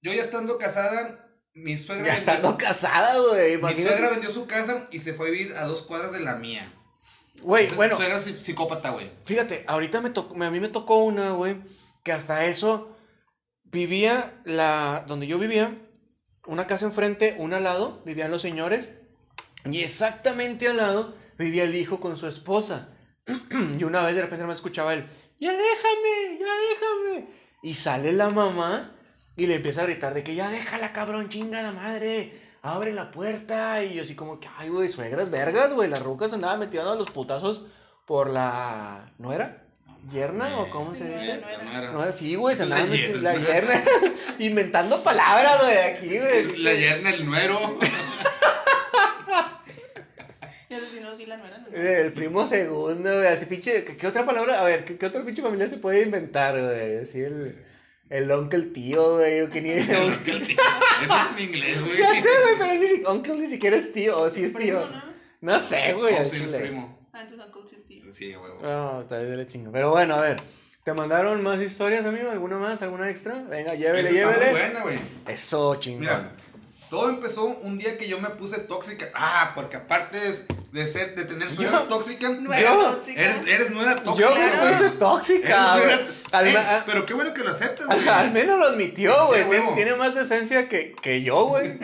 yo ya estando casada, mi suegra.
Ya
vendió-
estando casada, güey.
Mi suegra
Imagínate.
vendió su casa y se fue a vivir a dos cuadras de la mía.
Güey,
Esa es
bueno,
su suegra es psicópata, güey.
Fíjate, ahorita me tocó, me- a mí me tocó una, güey, que hasta eso vivía la, donde yo vivía, una casa enfrente, una al lado, vivían los señores, y exactamente al lado vivía el hijo con su esposa. Y una vez de repente me escuchaba él, ya déjame, ya déjame. Y sale la mamá y le empieza a gritar de que ya déjala, cabrón, chinga la madre, abre la puerta. Y yo así como que, ay, güey, suegras, vergas, güey, las rucas andaban metiendo a los putazos por la nuera, yerna o cómo se
Eh, Sí,
dice.
nuera.
No, sí, güey, se
La
andaba metiendo-
yerna.
la yerna. Inventando palabras, güey, aquí, güey.
La yerna, el nuero.
Y eso sí, no, sí, la nuera, no.
eh, El primo segundo, güey, así pinche, ¿qué, qué otra palabra? A ver, ¿qué, qué otro pinche familiar se puede inventar, güey? Así el, el oncle, el tío, güey, o que ni...
Eso es en inglés, güey.
ya sé, güey, pero ni, si- uncle ni siquiera es tío, o sí es
Primo,
tío.
¿no?
No sé, güey,
Oh,
al
sí, es
chile.
primo.
Ah, entonces Uncle sí es tío.
Sí, güey. güey.
No, está bien de la chinga. Pero bueno, a ver, ¿te mandaron más historias, amigo? ¿Alguna más? ¿Alguna extra? Venga, llévele,
Esa Está muy
llévele.
buena, güey.
Eso, chingón.
Mira, todo empezó un día que yo me puse tóxica. Ah, porque aparte de, de ser, de tener suegra
Yo-
tóxica,
No
Yo-
era tóxica.
eres, eres nuera tóxica,
Yo me
güey.
puse
Eres
tóxica, güey.
nuera-
Al-
Eh,
al-
pero qué bueno que lo aceptas, güey.
al, al menos lo admitió,
Sí,
güey. tiene,
huevo.
tiene más decencia que, que yo, güey.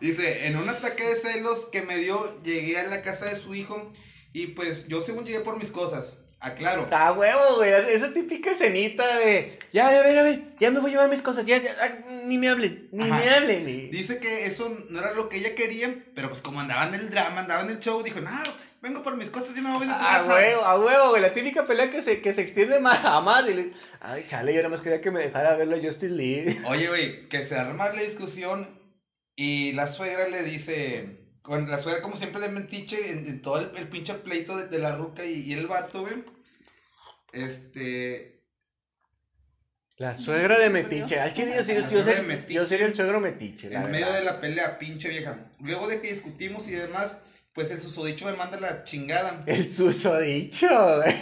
Dice, en un ataque de celos que me dio, llegué a la casa de su hijo y pues yo según llegué por mis cosas. Aclaro.
A Ah, huevo, güey. Esa típica escenita de. Ya, ya, a ver, a ver. Ya me voy a llevar mis cosas. Ya, ya, ah, ni me hablen. Ni
Ajá.
me hablen. ni-
Dice que eso no era lo que ella quería, pero pues como andaba en el drama, andaba en el show, dijo, no, vengo por mis cosas, yo me voy de
A
tu casa.
Ah, huevo, a huevo, güey. La típica pelea que se, que se extiende más a más. Y le- Ay, chale, yo nada más quería que me dejara ver la Justin Lee.
Oye, güey, que se arma la discusión y la suegra le dice. Bueno, la suegra, como siempre, de mentiche en, en todo el, el pinche pleito de, de la ruca y, y el vato, güey. Este.
La suegra de Metiche. Al chile, yo, sí- yo,
La
yo
suegra de
sería-
Metiche.
yo sería el suegro Metiche. la
en medio
verdad.
de la pelea, pinche vieja. Luego de que discutimos y demás, pues el susodicho me manda la chingada.
El susodicho, güey.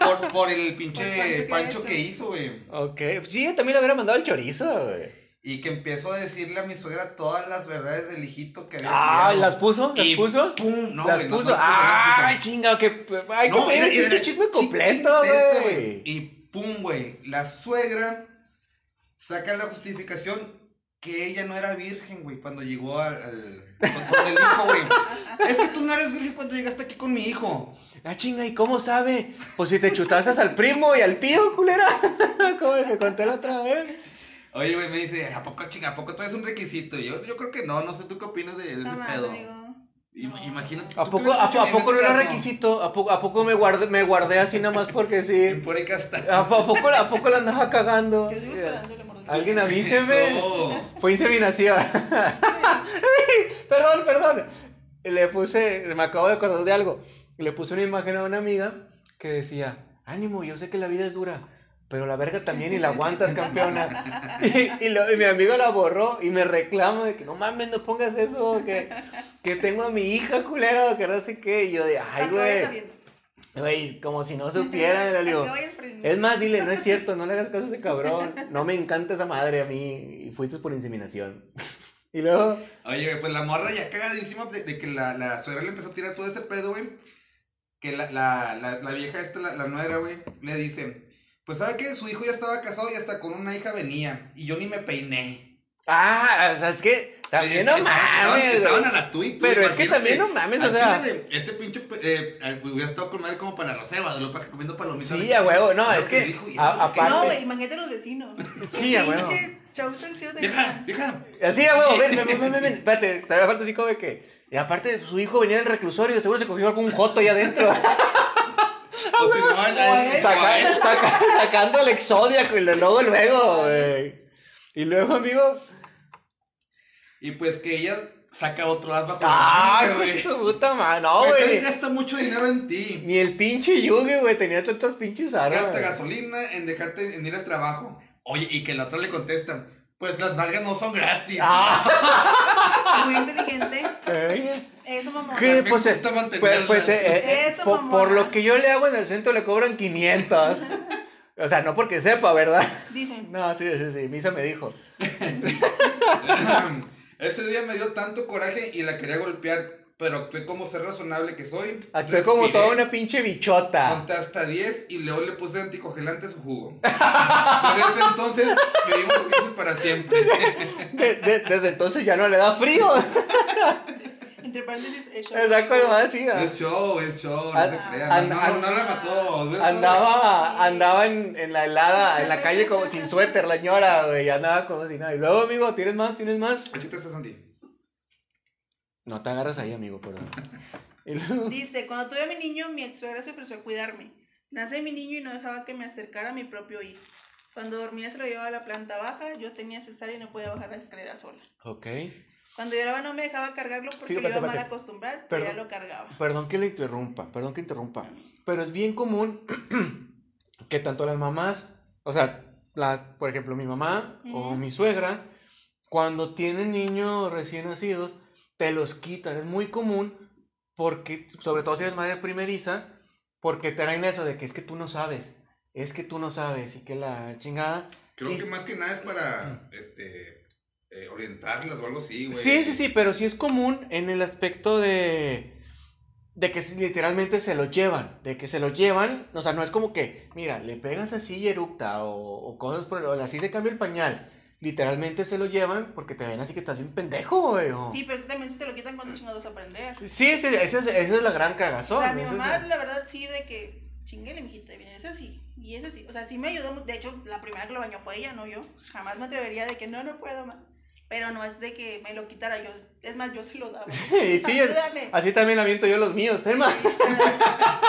Por, por el
Por el
pinche
pancho
pancho
que
que hizo, güey.
Ok. Sí, yo también le hubiera mandado el chorizo, güey.
Y que empiezo a decirle a mi suegra todas las verdades del hijito que había.
Ah,
criado.
¿las puso? ¿Las
Y
puso?
¡Pum! No,
las
güey, no,
puso.
no las no las puso.
ah, chinga, que hay que
No,
pedir
era-
el
era-
pinche chisme
chi-
completo,
chi- este,
güey.
Y pum, güey. La suegra saca la justificación que ella no era virgen, güey, cuando llegó al. al- con el hijo, güey. Es que tú no eres virgen cuando llegaste aquí con mi hijo.
Ah, chinga, ¿y cómo sabe? Pues si te chutaste al primo y al tío, culera. Como el que conté la otra vez.
Oye, güey, me dice, ¿a poco, chinga, a poco tú es un requisito? Yo, yo creo que no, no sé tú qué opinas de, de ese
Jamás,
pedo.
Ah, amigo.
Im-
No.
Imagínate.
¿A
¿tú
poco,
qué hubieras
a,
hecho
po- a
en
poco no
ese
era
caso?
requisito? ¿A poco, ¿A poco me guardé, me guardé así nada más porque sí?
Por ahí que está.
¿A, po- a poco, ¿A poco la andaba cagando?
Yo sigo esperando el amor de
Alguien avíseme.
Eso.
Fue inseminación. perdón, perdón. Le puse, me acabo de acordar de algo. Le puse una imagen a una amiga que decía, ánimo, yo sé que la vida es dura, pero la verga también y la aguantas, campeona. y, y lo- y mi amigo la borró y me reclama de que no mames, no pongas eso, que, que tengo a mi hija, culero, que no sé qué. Y yo de, ay,
Para que vayas
güey,
sabiendo.
güey, como si no supiera.
Para
Le
que
digo,
vayas aprendiendo.
es más, dile, no es cierto, no le hagas caso a ese cabrón. No me encanta esa madre a mí. Y fuiste por inseminación. Y luego,
Oye, güey, pues la morra ya cagadísima de, de que la, la suegra le empezó a tirar todo ese pedo, güey. Que la, la, la, la vieja esta, la, la nuera, güey, le dice, pues sabe que su hijo ya estaba casado y hasta con una hija venía. Y yo ni me peiné.
ah, o sea, es que también no
Estaban- estaban-
mames,
Estaban
güey.
a la tuya.
Pero es que también no mames, o sea.
Este pinche, eh, al- hubiera estado con madre como para la ceba, de lo para que comiendo palomitas.
Sí, a huevo, no,
Lo
es que
dijo, y
a-
eso,
aparte-
No, güey, imagínate los vecinos.
Sí, a huevo.
Pinche show tan chido de-
Vieja, vieja.
Así, a huevo, ven, ven, ven, ven, ven. Espérate, todavía falta así como de que. Y aparte, su hijo venía del reclusorio, seguro se cogió algún joto allá adentro.
O si no, el- el- el-
Saca- saca- sacando el exodia y luego, luego, güey. Y luego, amigo.
Y pues que ella saca otro as bajo
¡Ah,
la manga,
güey!
güey.
Su puta madre. No,
Pues, él
Ah, güey.
gasta mucho dinero en ti.
Ni el pinche Yugi, güey, tenía tantas pinches armas.
Gasta gasolina en dejarte en ir al trabajo. Oye, y que la otra le contesta, pues las nalgas no son gratis.
Ah,
Muy inteligente.
güey.
Eso, mamá.
¿Qué?
me
Pues, eh,
gusta
pues,
mantenerlas.
pues, eh, eh,
Eso,
po- por,
mamona.
lo que yo le hago en el centro le cobran 500. O sea, no porque sepa, ¿verdad?
Dicen.
No, sí, sí, sí, Misa me dijo.
Ese día me dio tanto coraje y la quería golpear, pero actué como ser razonable que soy.
Actué como
Respiré,
toda una pinche bichota.
Conté hasta 10 y luego le puse anticongelante a su jugo. Desde ese entonces vivimos felices para siempre.
De- de- desde entonces ya no le da frío.
Entre paréntesis, eso.
Exacto, nomás sí.
Es show, es show, no
Ah,
se
ah,
crean. No,
ah,
no, no la mató. güey,
Andaba, andaba en, en la helada, en la calle como sin suéter, la ñora, güey. Andaba como si nada. Y luego, amigo, ¿tienes más? ¿Tienes más?
Échate esa, Sandy.
No te agarras ahí, amigo, perdón. Y luego-
Dice, cuando tuve a mi niño, mi ex suegra se ofreció a cuidarme. Nace mi niño y no dejaba que me acercara a mi propio hijo. Cuando dormía se lo llevaba a la planta baja, yo tenía cesárea y no podía bajar la escalera sola.
Ok.
Cuando lloraba no me dejaba cargarlo porque
Fíjate,
lo iba a mal
espérate.
acostumbrar, pero
Perdón.
ya lo cargaba.
Perdón que le interrumpa, perdón que interrumpa. Pero es bien común que tanto las mamás, o sea, la- por ejemplo, mi mamá o
Ujú.
mi suegra, cuando tienen niños recién nacidos, te los quitan. Es muy común porque, sobre todo si eres madre primeriza, porque te traen eso de que es que tú no sabes, es que tú no sabes y que la chingada.
Creo que más que nada es para este, eh, orientarlas o algo así, güey.
Sí, sí, sí, pero sí es común en el aspecto de de que literalmente se lo llevan, de que se lo llevan, o sea, no es como que, mira, le pegas así y eructa o, o cosas por el o así se cambia el pañal. Literalmente se lo llevan porque te ven así que estás bien pendejo, güey. o-
Sí, pero también se te lo quitan cuando chingados aprender.
Sí, sí, esa es, esa es la gran cagazón.
O sea, mi
esa es
mamá,
la-
la verdad, sí, de que chingue, mijita, y es así, y es así. O sea, sí me ayudó. mu- De hecho, la primera que lo bañó fue ella, no yo. Jamás me atrevería de que no, no puedo más. Pero no es de que me lo quitara yo. Es más, yo se lo daba.
Y sí, es-
Ayúdame.
así también la viento yo los míos, Emma.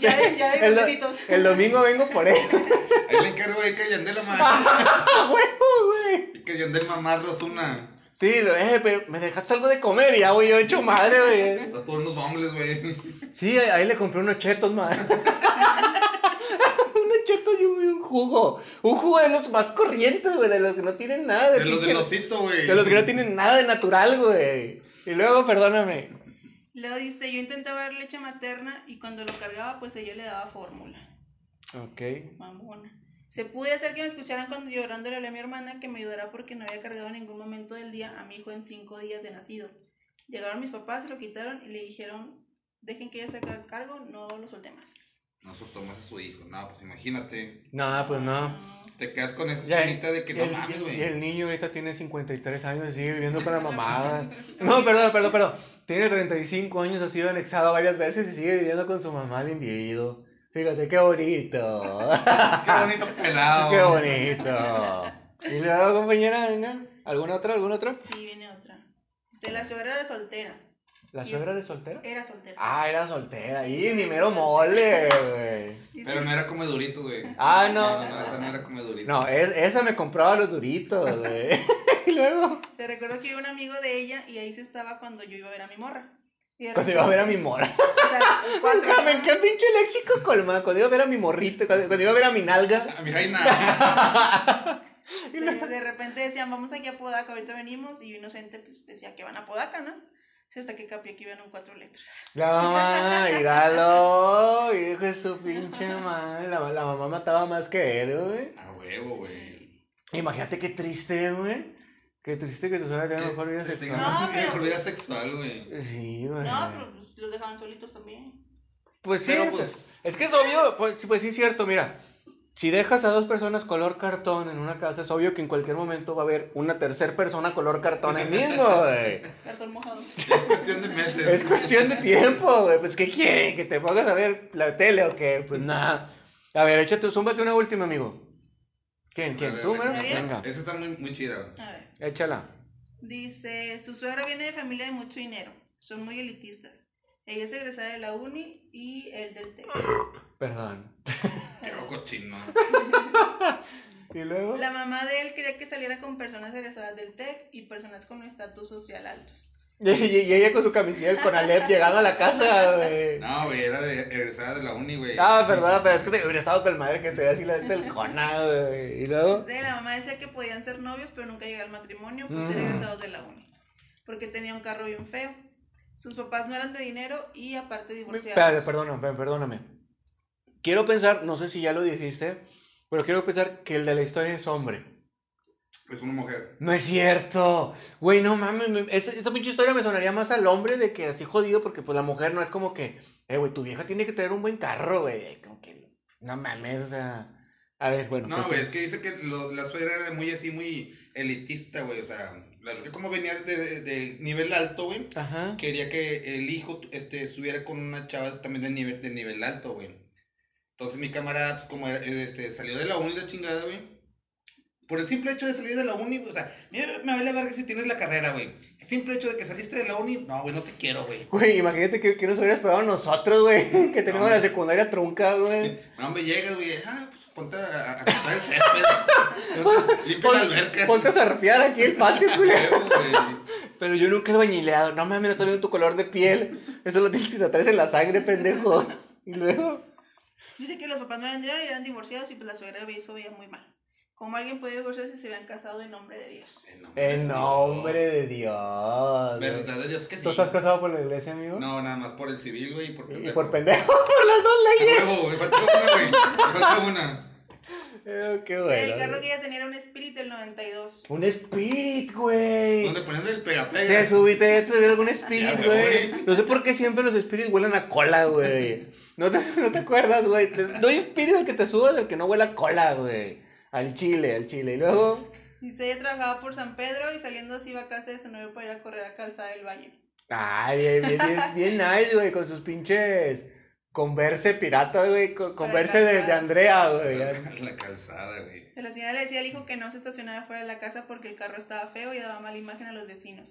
ya de, ya de
el, do-
besitos.
el domingo vengo por él.
Ahí le encargo de que Yandel mamá.
¡Ah, huevo, güey!
que Yandel mamarros una.
Sí, lo, eh, pero me dejaste algo de comer y ya, güey, yo he hecho madre, güey.
Por unos bombles, güey.
Sí, ahí, ahí le compré unos chetos, man. unos chetos y un, y un jugo. Un jugo de los más corrientes, güey. De los que no tienen nada.
De los
pinche-
del osito, güey.
de los que no tienen nada de natural, güey. Y luego, perdóname.
Luego dice, yo intentaba dar leche materna y cuando lo cargaba, pues ella le daba fórmula.
Ok.
Mamona. Se pude hacer que me escucharan cuando llorando le hablé a mi hermana que me ayudara porque no había cargado en ningún momento del día a mi hijo en cinco días de nacido. Llegaron mis papás, se lo quitaron y le dijeron, dejen que ella se haga cargo, no lo suelte más.
No soltó más a su hijo. No, pues imagínate.
No, pues no.
Te quedas con esa
Ya,
espinita de que
y
no
el,
mames,
y
güey.
el niño ahorita tiene 53 años y sigue viviendo con la mamá. No, perdón, perdón, perdón. Tiene 35 años, ha sido anexado varias veces y sigue viviendo con su mamá el individuo. Fíjate, qué bonito.
Qué bonito pelado.
Qué bonito. ¿Y le hago compañera? Venga. ¿Alguna otra? ¿Alguna otra?
Sí, viene otra. Dice, la suegra era soltera.
¿La
Sí.
suegra de soltera?
Era soltera.
Ah, era soltera. Y mi mero mole, güey.
Dice,
Pero no era como duritos, güey.
Ah,
No, no, esa
no.
no era como duritos.
No, es- esa me compraba los duritos, güey. Y luego,
Se recuerda que iba un amigo de ella y ahí se estaba cuando yo iba a ver a mi morra. Y de
cuando iba a ver a mi
repente-
mora.
O sea, cuatro-
Me encanta pinche léxico colmado. Cuando iba a ver a mi morrito, cuando, cuando iba a ver a mi nalga.
A mi jaina.
Sí, de repente decían, vamos aquí a Podaca, ahorita venimos, y yo inocente pues, decía que van a Podaca, ¿no? Sí, hasta que capié que iban en cuatro letras.
La mamá, míralo. Y dijo su pinche madre. La, la mamá mataba más que él, güey.
A huevo, Oh, güey.
Imagínate qué triste, güey. Qué triste que tú sabes que a lo mejor vida
Que
sexual.
tenga más
No, pero-
mejor vida sexual, güey.
Sí, güey.
No, pero pues, los dejaban solitos también.
Pues sí,
Pero,
o sea,
pues-
es que es obvio, pues, sí, pues sí es cierto, mira. Si dejas a dos personas color cartón en una casa, es obvio que en cualquier momento va a haber una tercer persona color cartón ahí mismo, güey.
Cartón mojado.
Es cuestión de meses.
Es cuestión de tiempo, güey. Pues, ¿qué quieren? ¿Que te pongas a ver la tele o qué? Pues nada. A ver, échate, zúmbate una última, amigo. ¿Quién?
A
¿Quién?
ver,
¿Tú,
venga,
mero? Venga,
Esa está muy, muy chida.
A ver.
échala.
Dice, su suegra viene de familia de mucho dinero. Son muy elitistas. Ella es egresada de la uni y él del E TEC.
Perdón.
Qué cochino.
¿Y luego?
La mamá de él quería que saliera con personas egresadas del TEC y personas con un estatus social altos.
Y, y- y ella con su camisilla con Alep llegando a la casa, güey.
No, güey, era de egresada de la uni, güey.
Ah, perdón, pero es que te hubiera estado con el madre que te veía así la del cona, güey. Y luego.
Entonces, la mamá decía que podían ser novios, pero nunca llegar al matrimonio por ser
Mm.
egresados de la uni. Porque tenía un carro bien feo. Sus papás no eran de dinero y aparte divorciados.
Espérate, perdóname, per- perdóname. Quiero pensar, no sé si ya lo dijiste, pero quiero pensar que el de la historia es hombre.
Es una mujer.
No es cierto. Güey, no mames. me- Esta, esta pinche historia me sonaría más al hombre de que así jodido, porque pues la mujer no es como que, eh, güey, tu vieja tiene que tener un buen carro, güey. Como que, no mames, o sea. A ver, bueno.
No,
continúa.
güey, es que dice que lo- la suegra era muy así, muy elitista, güey. O sea, la- que como venía de, de- de nivel alto, güey,
Ajá.
quería que el hijo este, estuviera con una chava también de nivel, de nivel alto, güey. Entonces mi camarada, pues como era, eh, este, salió de la uni la chingada, güey. Por el simple hecho de salir de la uni, o sea, mira, me vale verga si tienes la carrera, güey. El simple hecho de que saliste de la uni, no, güey, no te quiero, güey.
Güey, imagínate que, que nos hubiera esperado a nosotros, güey. Que tenemos
No,
la secundaria trunca, güey.
No, me llegas, güey, ah, pues ponte a, a, a cortar el césped. Limpia la
Pon-
alberca.
Ponte a zarpear aquí el patio, güey.
Güey.
Pero yo nunca he bañileado. No mames, no estoy viendo tu color de piel. Eso lo tienes que tratar en la sangre, pendejo. Y luego.
Dice que los papás no eran de dinero y eran divorciados y pues la suegra eso veía muy mal. ¿Cómo alguien puede divorciarse si se habían casado en nombre de Dios?
En
En nombre de Dios. güey.
Verdad de Dios que sí.
¿Tú estás casado por la iglesia, amigo?
No, nada más por el civil, güey, y por
Y por
pendejo.
pendejo, por las dos leyes.
A huevo, güey, falta una, güey. Me falta una.
Eh, qué
el
bueno.
carro que
güey.
ella tenía era un Spirit del 92.
Un spirit, güey.
Donde ponían el pega
Te
pega.
subiste, te subió algún
Ya
spirit,
me
güey.
voy.
No sé por qué siempre los spirits huelen a cola, güey. ¿No te, no te acuerdas, güey. Te- No hay spirit al que te subas, al que no huela a cola, güey. Al chile, al chile. Y luego.
Dice ella trabajaba por San Pedro y saliendo así iba a casa de su novio para ir a correr a calzada del valle.
Ay, bien, bien, bien, bien nice, güey, con sus pinches. Converse pirata, güey. con- Converse de, de Andrea, güey.
La calzada, güey.
La señora le decía al hijo que no se estacionara fuera de la casa porque el carro estaba feo y daba mala imagen a los vecinos.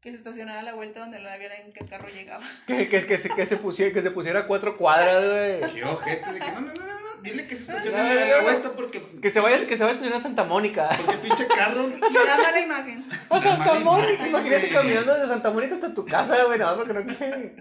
Que se estacionara a la vuelta donde la vieran que el carro llegaba.
Que, que, que, se, que, se pusiera, que se pusiera cuatro cuadras, güey.
Qué ojete, de que no, no, no, no, no. Dile que se
Ah, No, no,
estacione en
no,
la
no.
vuelta porque.
Que se vaya, que se vaya a estacionar a Santa Mónica.
Porque pinche carro.
Y daba mala imagen.
A Santa
Mala
Mónica,
imagen,
imagínate
güey.
caminando de Santa Mónica hasta tu casa, güey, nada más porque no quiere.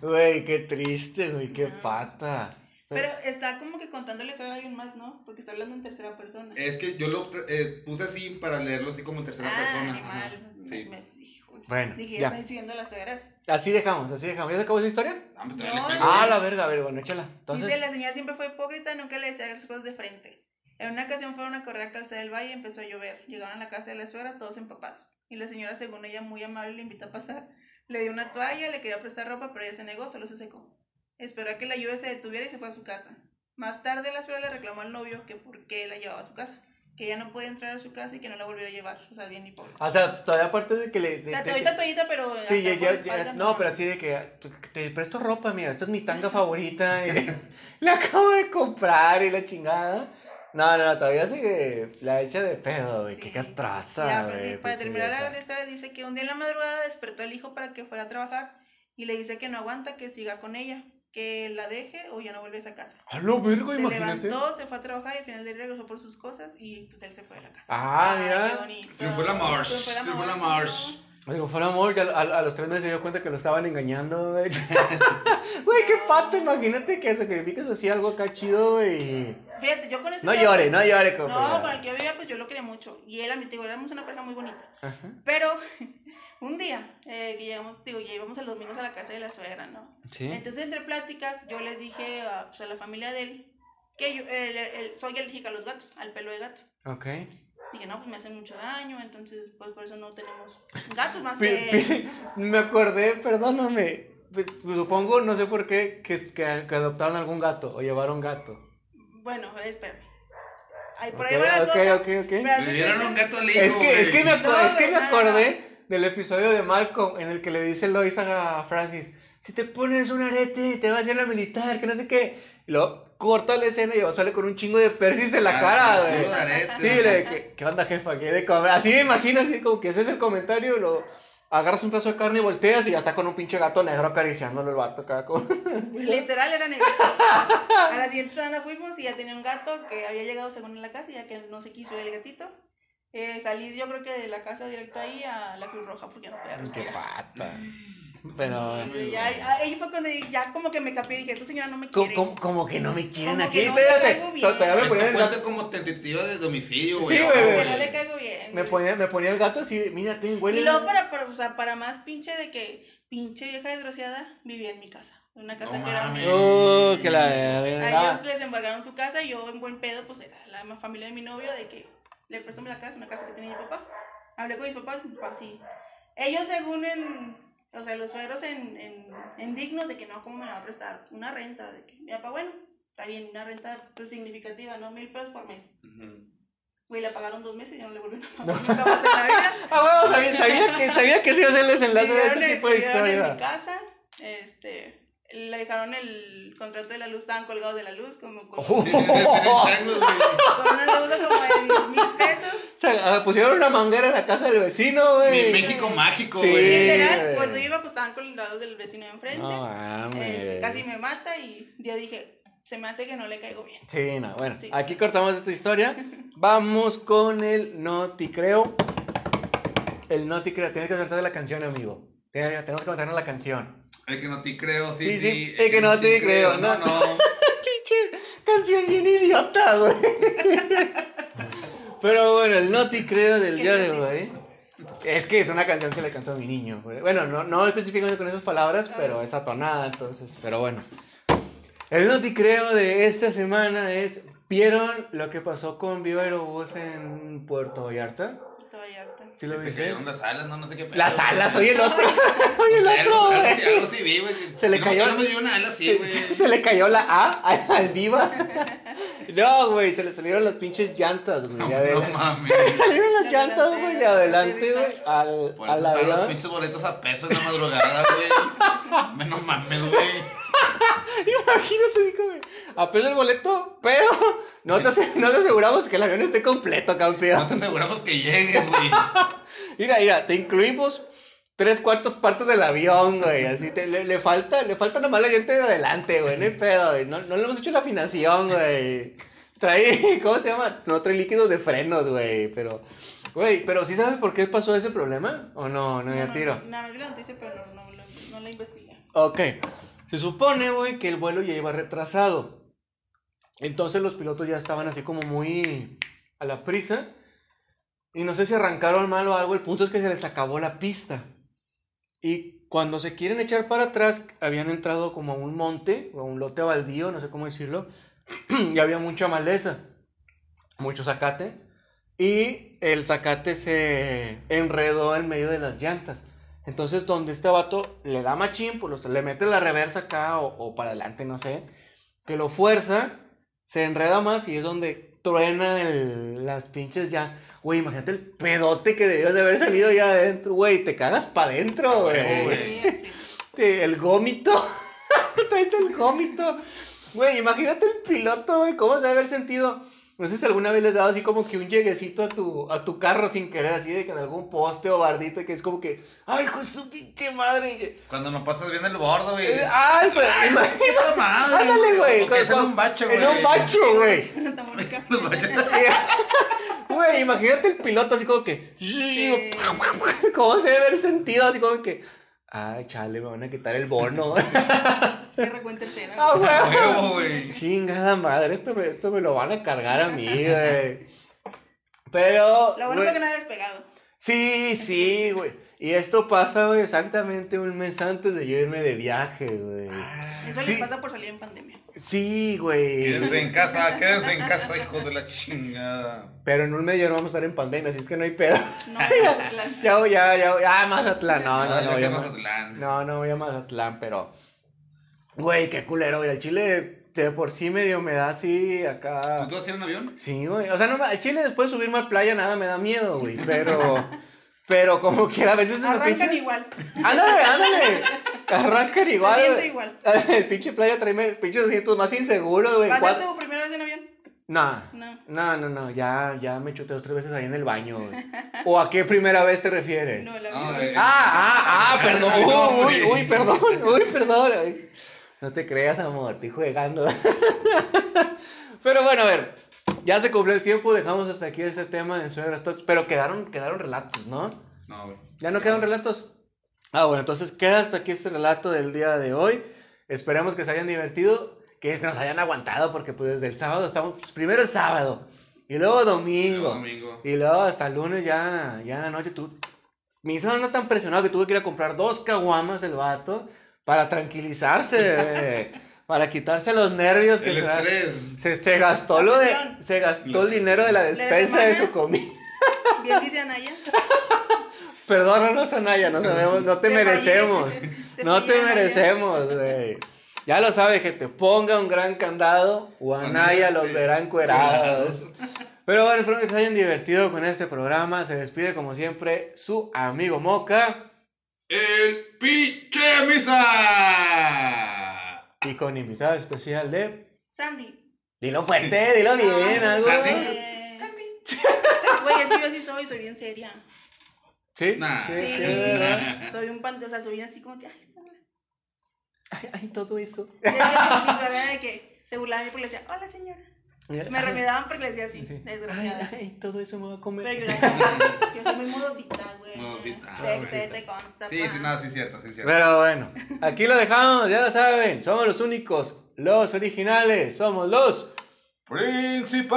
Güey, qué triste, güey, qué
Ah.
pata.
Pero está como que contándole a alguien más, ¿no? Porque está hablando en tercera persona.
Es que yo lo tra- eh, puse así para leerlo así como en tercera persona.
Ah,
Ajá.
animal.
Sí.
Me- me- híjole.
Bueno,
Dije,
ya.
ya están siguiendo las suegras.
Así dejamos, así dejamos. ¿Ya se acabó esa historia?
Ah, pues todavía
No,
le pego,
Ah,
güey.
la verga, a ver, bueno, échala.
Dice,
Entonces,
la señora siempre fue hipócrita, nunca le decía las cosas de frente. En una ocasión fueron a correr a Calzada del Valle y empezó a llover. Llegaron a la casa de la suegra todos empapados. Y la señora, según ella, muy amable, le invitó a pasar. Le dio una toalla, le quería prestar ropa, pero ella se negó, solo se secó. Esperó a que la lluvia se detuviera y se fue a su casa. Más tarde la suegra le reclamó al novio que por qué la llevaba a su casa. Que ella no podía entrar a su casa y que no la volviera a llevar. O sea, bien hipócrita.
o sea, todavía aparte de que le. de-
O sea,
de-
toallita, toallita, pero...
Sí, ya,
acá por
ya,
la espalda
ya- no, pero así de que te- te presto ropa, mira, esta es mi tanga favorita, y la acabo de comprar y la chingada. No, no, no, todavía sigue la hecha de pedo, güey, qué
Sí.
castraza,
Ya,
güey,
pero sí, para
pinche
terminar
vieja.
la historia, dice que un día en la madrugada despertó al hijo para que fuera a trabajar y le dice que no aguanta, que siga con ella, que la deje o ya no vuelves a casa.
A lo vergo, Pues
Se
imagínate.
levantó, se fue a trabajar y al final del día regresó por sus cosas y pues él se fue de la casa.
Ah,
Ay,
mira.
qué bonito.
Triunfó la Marsh,
Triunfó la
triunfó la
Marsh.
Marsh.
Digo, fue el amor, ya a, a los tres meses se dio cuenta que lo estaban engañando, güey. Güey, qué pato, imagínate que sacrificas así algo acá chido, güey.
Fíjate, yo con este
No
chavo-
llore, no llore,
No,
compa.
con el que yo vivía, pues yo lo quería mucho. Y él a mí, te digo, éramos una pareja muy bonita.
Ajá,
Pero un día eh, que llegamos, digo, ya íbamos a los domingos a la casa de la suegra, ¿no?
sí.
Entonces, entre pláticas, yo les dije a, pues, a la familia de él que yo el- el- soy alérgica a los gatos, al pelo de gato.
Ok.
Dije, no, pues me hacen mucho daño, entonces, pues por eso no tenemos gatos más
Pi-
que.
pi- me acordé, perdóname. Pues, Supongo, no sé por qué, que, que- que adoptaron algún gato o llevaron gato.
Bueno, espérame. Ay, por
Ok,
ahí va la
ok,
cosa.
ok, ok.
Pero hace
Le dieron un
cuenta-
gato al hijo.
Es que, es que me,
güey.
aco-
No,
es que me
no, no.
acordé del episodio de Malcolm en el que le dice Lois a Francis, si te pones un arete te vas a ir a la militar, que no sé qué. Y luego corta la escena y sale con un chingo de persis en la
Ah,
cara,
puro
güey.
arete,
Sí,
güey.
le que, ¿qué onda jefa? ¿Qué de comer? Así me imagino, así como que ese es el comentario, lo, agarras un pedazo de carne y volteas y ya está con un pinche gato negro acariciándolo el vato acá. como-
Literal era negro. A la siguiente semana fuimos y ya tenía un gato que había llegado según en la casa, ya que no se quiso ir el gatito. Eh, salí yo creo que de la casa directo ahí a la Cruz Roja porque no podía
Qué
respirar.
pata. Pero...
Y ya, ahí fue cuando ya como que me capé y dije, esta señora no me
co- co-
quiere.
Como, que no me quieren
Como
aquí.
que no me
Espérate.
caigo bien.
to- Todavía me
Eso
ponían el gato.
cuenta como tentativa de domicilio, güey.
Sí,
ahora,
güey.
Como que no le caigo bien.
Me ponía, me ponía el gato así, mira, ten, huele.
Y luego para, para, o sea, para más pinche de que pinche vieja desgraciada vivía en mi casa. En una casa
No
que era
mames.
Oh, que la
A
verga.
ellos les embargaron su casa y yo en buen pedo, pues era la ma- familia de mi novio, de que le prestamos la casa, una casa que tenía mi papá. Hablé con mis papás, mi papá sí. Ellos según en, o sea, los suegros en, en, en dignos de que no, ¿cómo me la va a prestar? Una renta, de que mi papá, bueno, está bien, una renta pues, significativa, ¿no? Mil pesos por mes.
Ujú.
Güey, la pagaron dos meses y ya no le volvieron a pagar. Nunca más en la vida.
Ah, huevo, sabía, sabía que, sabía que se iba a hacer el desenlace de
Vivieron
ese
en-
tipo de
vivieron En
historia.
mi casa, este, le dejaron el contrato de la luz, estaban colgados de la luz, como con,
Oh.
Changos, güey.
con una deuda como de 10 mil pesos.
O sea, ah, pusieron una manguera en la casa del vecino, güey.
Mi México mágico,
Sí.
Y
güey.
güey.
Literal, cuando iba, pues estaban colgados del vecino de enfrente.
No
Este,
mames.
casi me mata y ya dije, se me hace que no le caigo bien.
Sí, no, bueno,
Sí.
aquí cortamos esta historia. Vamos con el Noticreo. El Noticreo, tienes que soltar la canción, amigo. Tienes- Tenemos que cantarnos la canción.
El que no te creo, sí,
Sí,
sí.
sí, el que no te creo,
no, no.
Pinche canción bien idiota, güey. Pero bueno, el Noticreo del
Qué
día de
idiota.
hoy. Es que es una canción que le canto a mi niño. güey. Bueno, no, no específicamente con esas palabras, pero es atonada, entonces, pero bueno. El Noticreo de esta semana es, ¿vieron lo que pasó con Viva Aerobús en Puerto Vallarta?
Todavía harta.
¿Sí lo
Se
viste?
cayeron las alas, no, no sé qué pedo.
Las alas, oye el otro. Oye el
No sé,
otro,
algo-
güey.
algo sí- Algo sí vi, güey.
Se le
No,
cayó-
No me vi una ala así,
Se,
güey.
se- se le cayó la A al, al viva. No, güey, se le salieron las pinches llantas, güey.
No,
de
no
adelante.
mames.
se le salieron las
Las
llantas, güey, de
delanteras,
adelante,
del
güey, al,
Por
al
eso están los
avión.
pinches boletos a peso en la madrugada, güey. Menos mames, güey.
Imagínate, dijo, güey. Apenas el boleto, pero no te, ase- no te aseguramos que el avión esté completo,
No
campeón.
te aseguramos que llegues, güey.
Mira, mira, te incluimos tres cuartos partes del avión, güey. Así te- le, le falta, le falta nomás la gente de adelante, güey. No hay pedo, güey. No, no le hemos hecho la afinación, güey. Trae, ¿cómo se llama? No trae líquidos de frenos, güey. Pero, güey, pero ¿sí sabes por qué pasó ese problema? ¿O no? No, ya tiro.
Nada más vi la noticia, pero no, no, no, no la investigué.
Ok. Se supone, güey, que el vuelo ya iba retrasado. Entonces los pilotos ya estaban así como muy a la prisa. Y no sé si arrancaron mal o algo. El punto es que se les acabó la pista. Y cuando se quieren echar para atrás, habían entrado como a un monte o a un lote baldío, no sé cómo decirlo. y había mucha maleza, mucho zacate. Y el zacate se enredó en medio de las llantas. Entonces, donde este vato le da machín, pues los- le mete la reversa acá o, o para adelante, no sé, que lo fuerza, se enreda más y es donde truena el- las pinches ya. Güey, imagínate el pedote que debió de haber salido ya adentro, güey, te cagas para adentro, güey.
huevo, güey.
Sí, así.
Te- Este, el gómito. Traes el gómito. Güey, imagínate el piloto, güey, cómo se debe haber sentido. No sé si alguna vez les has dado así como que un lleguecito a tu, a tu carro sin querer, así de que en algún poste o bardito, que es como que, ay, hijo de su pinche madre.
Cuando no pasas bien el bordo, güey.
Eh, Ay, pero imagínate.
puta madre!
Ándale, güey.
O que es en
cuando-
un bache, güey.
En un bacho, Oh, güey.
Santa Mónica.
Los baches.
Güey, imagínate el piloto así como que,
Sí.
¿cómo se debe haber sentido? Así como que, ay, chale, me van a quitar el bono.
Cierra cuenta el cena.
Ah,
A
güey.
huevo, güey.
Chingada madre, esto me, esto me lo van a cargar a mí, güey. Pero.
Lo bueno
güey,
fue que no había despegado.
Sí, sí, güey. Y esto pasa güey, exactamente un mes antes de yo irme de viaje, güey.
Eso
Sí.
le pasa por salir en pandemia.
Sí, güey.
Quédense en casa, quédense en casa, hijos de la chingada.
Pero en un mes ya no vamos a estar en pandemia, así es que no hay pedo.
No, Mazatlán.
Ya, ya, ya, ya, ah, Mazatlán, no, no, no,
Ay,
ya,
vete a
Ma-
Mazatlán.
No, no voy a Mazatlán, pero. Güey, qué culero, güey. El chile de por sí medio me da así acá.
¿Tú te vas a ir en avión?
Sí, güey. O sea, no, ma- Chile después de subirme a playa nada me da miedo, güey. Pero, pero como quiera, a veces en
Arrancan
noticias-
igual.
Ándale, ándale. Arrancan igual.
siente
güey.
igual.
El pinche playa trae el pinche asientos más inseguro, güey.
¿Vas a
Cuatro-
ser tu primera vez en avión?
No,
No.
no, no, no, ya, ya me chuté dos tres veces ahí en el baño. güey. ¿O a qué primera vez te refieres?
No, la
Ah,
verdad.
eh.
Ah, ah, ah, perdón.
No,
Uy,
güey.
uy, perdón, uy, perdón. Ay, No te creas, amor, estoy jugando. Pero bueno, a ver, ya se cumplió el tiempo, dejamos hasta aquí ese tema en Suegra Talks, pero quedaron, quedaron relatos, ¿no?
No, güey.
¿Ya no quedan relatos? Ah, bueno, entonces queda hasta aquí este relato del día de hoy. Esperemos que se hayan divertido, que nos hayan aguantado, porque pues desde el sábado estamos, pues, primero es sábado, y luego domingo.
Domingo.
Y luego hasta el lunes ya, ya en la noche tú... Mi hijo anda tan presionado que tuve que ir a comprar dos caguamas el vato para tranquilizarse, güey, para quitarse los nervios que
El
trae.
estrés.
Se, se gastó lo de,
Presión.
se gastó el dinero de la despensa de su
semana?
comida.
Bien dice Anaya.
Perdónanos, Anaya, no sabemos, no te,
Te fallé.
merecemos.
Te
no te
fallé, Anaya.
merecemos, güey. Ya lo sabes, gente, ponga un gran candado o Anaya los verá encuerados. Pero bueno, espero que se hayan divertido con este programa. Se despide como siempre su amigo Moca
El pinche misa.
y con invitado especial de...
Sandy.
Dilo fuerte, dilo bien, algo.
Sandy.
Eh, Güey, es que yo sí soy, soy bien seria.
¿Sí?
Nah.
Sí,
Sí.
sí, ¿verdad?
Soy un pan, o sea, soy así como que, ay, está bien.
Ay, ay, todo eso.
De hecho, mi suegra era de que se burlaba de mí porque le decía, hola señora. Me
Ay,
remedaban porque le decía así,
sí.
desgraciada.
Ay, ay, todo eso me va a comer.
Pero yo era, yo soy muy modosita, güey.
Modosita.
Te, te, te consta.
Sí,
pa.
sí, nada, sí, cierto, sí, cierto.
Pero bueno, aquí lo dejamos, ya lo saben, somos los únicos, los originales, somos los
Principals.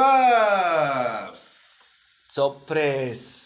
Sopres.